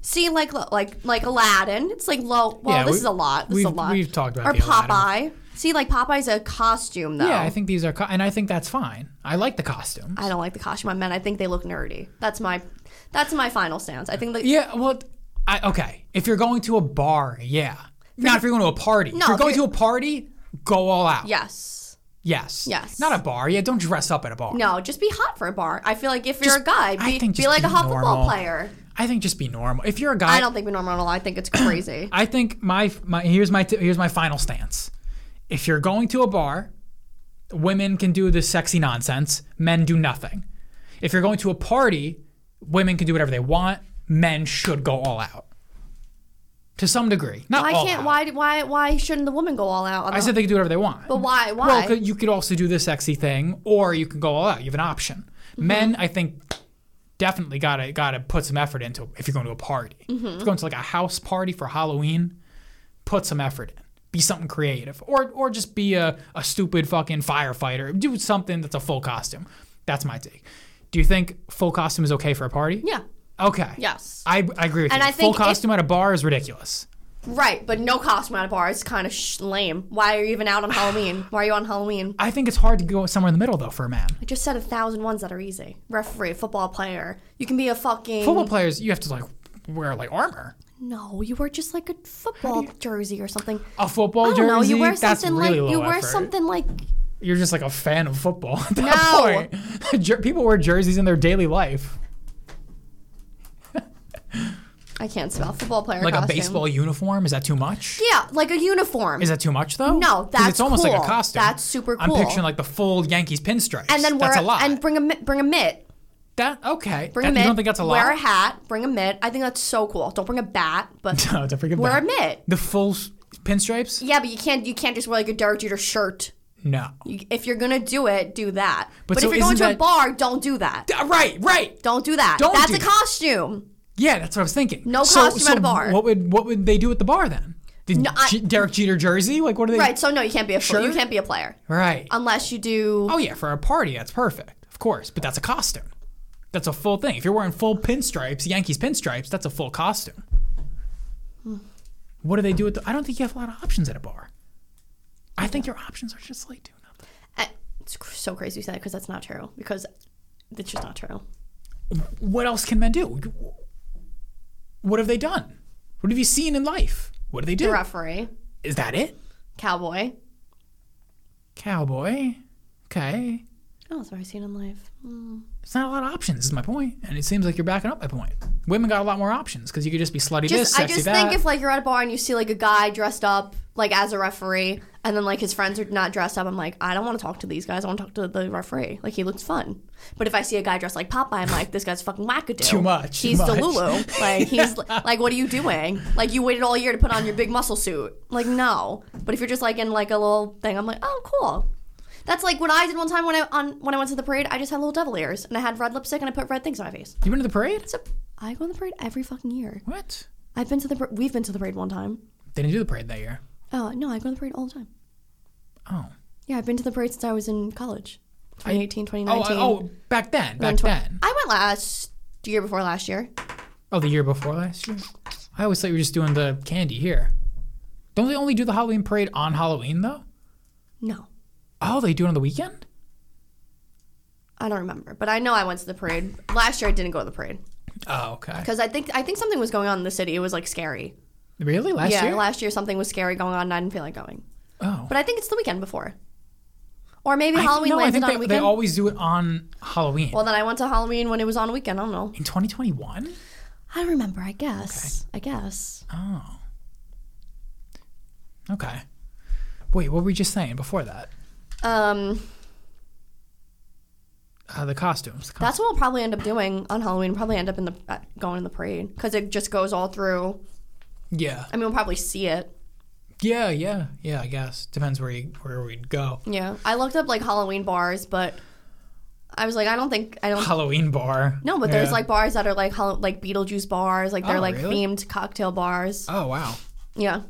S2: See, like lo- like like Aladdin, it's like low. Well,
S1: Yeah,
S2: this
S1: we-
S2: is a lot. This is
S1: we've-
S2: a lot.
S1: we've talked about
S2: or
S1: the
S2: Popeye.
S1: Aladdin.
S2: See, like Popeye's a costume though.
S1: Yeah, I think these are, co- and I think that's fine. I like the costume.
S2: I don't like the costume on men. I think they look nerdy. That's my that's my final stance. I think that
S1: Yeah, well, I, okay. If you're going to a bar, yeah. Not if you're going to a party. if
S2: No,
S1: you're
S2: if
S1: going to
S2: you're-
S1: a party, go all out.
S2: yes.
S1: Yes.
S2: Yes.
S1: Not a bar. Yeah, don't dress up at a bar.
S2: No, just be hot for a bar. I feel like if you're a guy,
S1: I
S2: be,
S1: think
S2: be
S1: just
S2: like
S1: be
S2: a hot
S1: normal.
S2: football player.
S1: I think just be normal. If you're a guy,
S2: I don't think we're normal at all. I think it's crazy.
S1: I think my my here's my here's my final stance. If you're going to a bar, women can do the sexy nonsense. Men do nothing. If you're going to a party, women can do whatever they want. Men should go all out. To some degree, not
S2: Why
S1: all
S2: can't
S1: out.
S2: why why why shouldn't the woman go all out? On
S1: Oh, I
S2: the,
S1: said they can do whatever they want.
S2: but why why?
S1: Well, 'cause you could also do the sexy thing, or you can go all out. You have an option.
S2: Mm-hmm.
S1: Men, I think, definitely gotta gotta put some effort into if you're going to a party.
S2: Mm-hmm.
S1: If you're going to like a house party for Halloween, put some effort in. Be something creative, or or just be a, a stupid fucking firefighter. Do something that's a full costume. That's my take. Do you think full costume is okay for a party?
S2: yeah.
S1: Okay.
S2: Yes.
S1: I, I agree with
S2: And
S1: you.
S2: I
S1: full
S2: think if-
S1: costume at a bar is ridiculous.
S2: Right, but no costume at a bar is kind of sh- lame. Why are you even out on Halloween? Why are you on Halloween?
S1: I think it's hard to go somewhere in the middle though for a man.
S2: I just said a thousand ones that are easy. Referee, football player. You can be a fucking
S1: Football players, you have to like wear like armor.
S2: No, you wear just like a football jersey or something.
S1: A football
S2: I don't
S1: jersey?
S2: know. You wear
S1: That's
S2: something
S1: really
S2: like
S1: low
S2: you wear
S1: effort.
S2: something like
S1: You're just like a fan of football at
S2: No.
S1: that point. Jer- People wear jerseys in their daily life.
S2: I can't spell football player.
S1: Like a
S2: costume.
S1: baseball uniform? Is that too much?
S2: Yeah, like a uniform.
S1: Is that too much though?
S2: No,
S1: 'Cause
S2: that's
S1: it's almost like
S2: cool.
S1: a costume.
S2: That's super
S1: I'm
S2: cool.
S1: picturing like the full Yankees pinstripes.
S2: and then wear
S1: that's a lot.
S2: and bring a mi- bring a mitt.
S1: that okay.
S2: Bring
S1: That-
S2: a mitt.
S1: you don't think that's a
S2: Wear a
S1: lot?
S2: hat. Bring a mitt. I think that's so cool. Don't bring a bat, but
S1: no, don't forget
S2: wear
S1: that.
S2: a mitt.
S1: The full s- pinstripes?
S2: Yeah, but you can't you can't just wear like a Derek Jeter shirt.
S1: No.
S2: You- If you're gonna do it, do that. But,
S1: so
S2: if you're going to
S1: isn't
S2: a
S1: that-
S2: bar, don't do that.
S1: D- Right, right.
S2: Don't do that.
S1: Don't
S2: That's
S1: do
S2: a
S1: that.
S2: costume.
S1: Yeah, that's what I was thinking.
S2: No
S1: so,
S2: costume
S1: so
S2: at a bar.
S1: What would what would they do at the bar then? Did
S2: No, I-
S1: J- Derek Jeter jersey? Like what are they?
S2: Right. So no, you can't be a fo- you
S1: Sure.
S2: can't be a player
S1: Right.
S2: unless you do.
S1: oh yeah, for a party that's perfect, of course. But that's a costume. That's a full thing. If you're wearing full pinstripes, Yankees pinstripes, that's a full costume. What do they do at the? I don't think you have a lot of options at a bar. I think your options are just like doing nothing.
S2: I- It's cr- so crazy you say that because that's not true. Because it's just not true.
S1: What else can men do? What have they done? What have you seen in life? What do they do?
S2: Referee,
S1: Is that it?
S2: cowboy.
S1: Cowboy. Okay.
S2: Oh, that's what I've seen in life.
S1: It's not a lot of options, is my point. And it seems like you're backing up my point. Women got a lot more options because you could just be slutty this,
S2: Just, I
S1: sexy
S2: just
S1: that.
S2: think if like you're at a bar and you see like a guy dressed up like as a referee, and then like his friends are not dressed up, I'm like, I don't want to talk to these guys. I want to talk to the referee. Like he looks fun. But if I see a guy dressed like Popeye, I'm like, this guy's fucking wackadoo.
S1: Too much, too
S2: He's
S1: much.
S2: Delulu. Like he's like, what are you doing? Like you waited all year to put on your big muscle suit. Like no. But if you're just like in like a little thing, I'm like, oh cool. That's like what I did one time when I on when I went to the parade. I just had little devil ears and I had red lipstick and I put red things on my face.
S1: you went to the parade?
S2: So I go on the parade every fucking year.
S1: What?
S2: I've been to the par- we've been to the parade one time.
S1: They didn't do the parade that year.
S2: Oh no, I go to the parade all the time.
S1: Oh.
S2: Yeah, I've been to the parade since I was in college, 2018,
S1: Oh,
S2: 2019.
S1: I- oh, back then. Back
S2: and tw-
S1: then.
S2: I went last year before last year.
S1: Oh, the year before last year? I always thought you were just doing the candy here. Don't they only do the Halloween parade on Halloween, though?
S2: No,
S1: Oh, they do it on the weekend?
S2: I don't remember, but I know I went to the parade last year. I didn't go to the parade
S1: Oh, okay.
S2: because I think I think something was going on in the city. It was like scary.
S1: Really? Last
S2: yeah,
S1: year?
S2: last year something was scary going on, and I didn't feel like going.
S1: oh.
S2: But I think it's the weekend before, or maybe
S1: I-
S2: Halloween
S1: no, I
S2: landed
S1: think
S2: on
S1: they,
S2: a
S1: they
S2: weekend.
S1: always do it on Halloween.
S2: well, then I went to Halloween when it was on a weekend. I don't know.
S1: In 2021?
S2: I remember. I guess. I guess.
S1: Oh. Okay. Wait, what were we just saying before that?
S2: Um.
S1: Uh, the costumes. The costumes.
S2: That's what we'll probably end up doing on Halloween. Probably end up in the uh, going in the parade because it just goes all through.
S1: Yeah.
S2: I mean, we'll probably see it.
S1: Yeah, yeah, yeah. I guess depends where you where we'd go.
S2: Yeah, I looked up like Halloween bars, but I was like, I don't think I don't.
S1: Halloween bar.
S2: No, but there's
S1: Yeah.
S2: like bars that are like Hall- like Beetlejuice bars, like they're
S1: Oh,
S2: like
S1: really?
S2: themed cocktail bars.
S1: Oh wow,
S2: Yeah,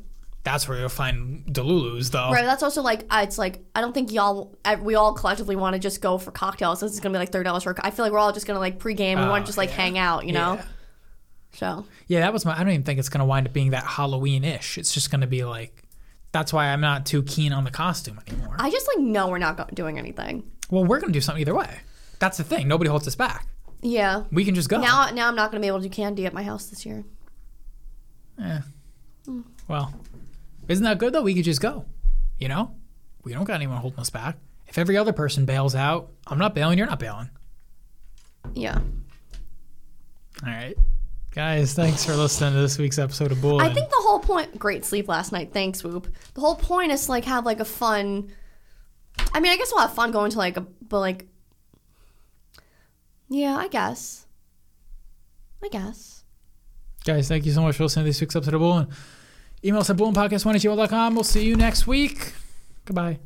S1: that's where you'll find Delulu's though.
S2: right. That's also like uh, it's like I don't think y'all uh, we all collectively want to just go for cocktails. This is gonna be like thirty dollars for. a co- I feel like we're all just gonna like pregame. We want
S1: Oh,
S2: to just like
S1: yeah.
S2: hang out, you know.
S1: Yeah.
S2: So
S1: Yeah, that was my. I don't even think it's gonna wind up being that Halloween ish. It's just gonna be like. That's why I'm not too keen on the costume anymore.
S2: I just like no, we're not go- doing anything.
S1: well, we're gonna do something either way. That's the thing. Nobody holds us back.
S2: Yeah.
S1: We can just go.
S2: Now, now I'm not gonna be able to do candy at my house this year.
S1: Eh. Well, isn't that good though? We could just go. You know, we don't got anyone holding us back. If every other person bails out, I'm not bailing. You're not bailing.
S2: Yeah.
S1: All right. Guys, thanks for listening to this week's episode of Bull.
S2: I think the whole point great sleep last night, thanks, Whoop. The whole point is to like have like a fun I mean, I guess we'll have fun going to like a but like Yeah, I guess. I guess.
S1: Guys, thank you so much for listening to this week's episode of Bull. Email us at bullandpodcast1 at gmail.com. We'll see you next week. Goodbye.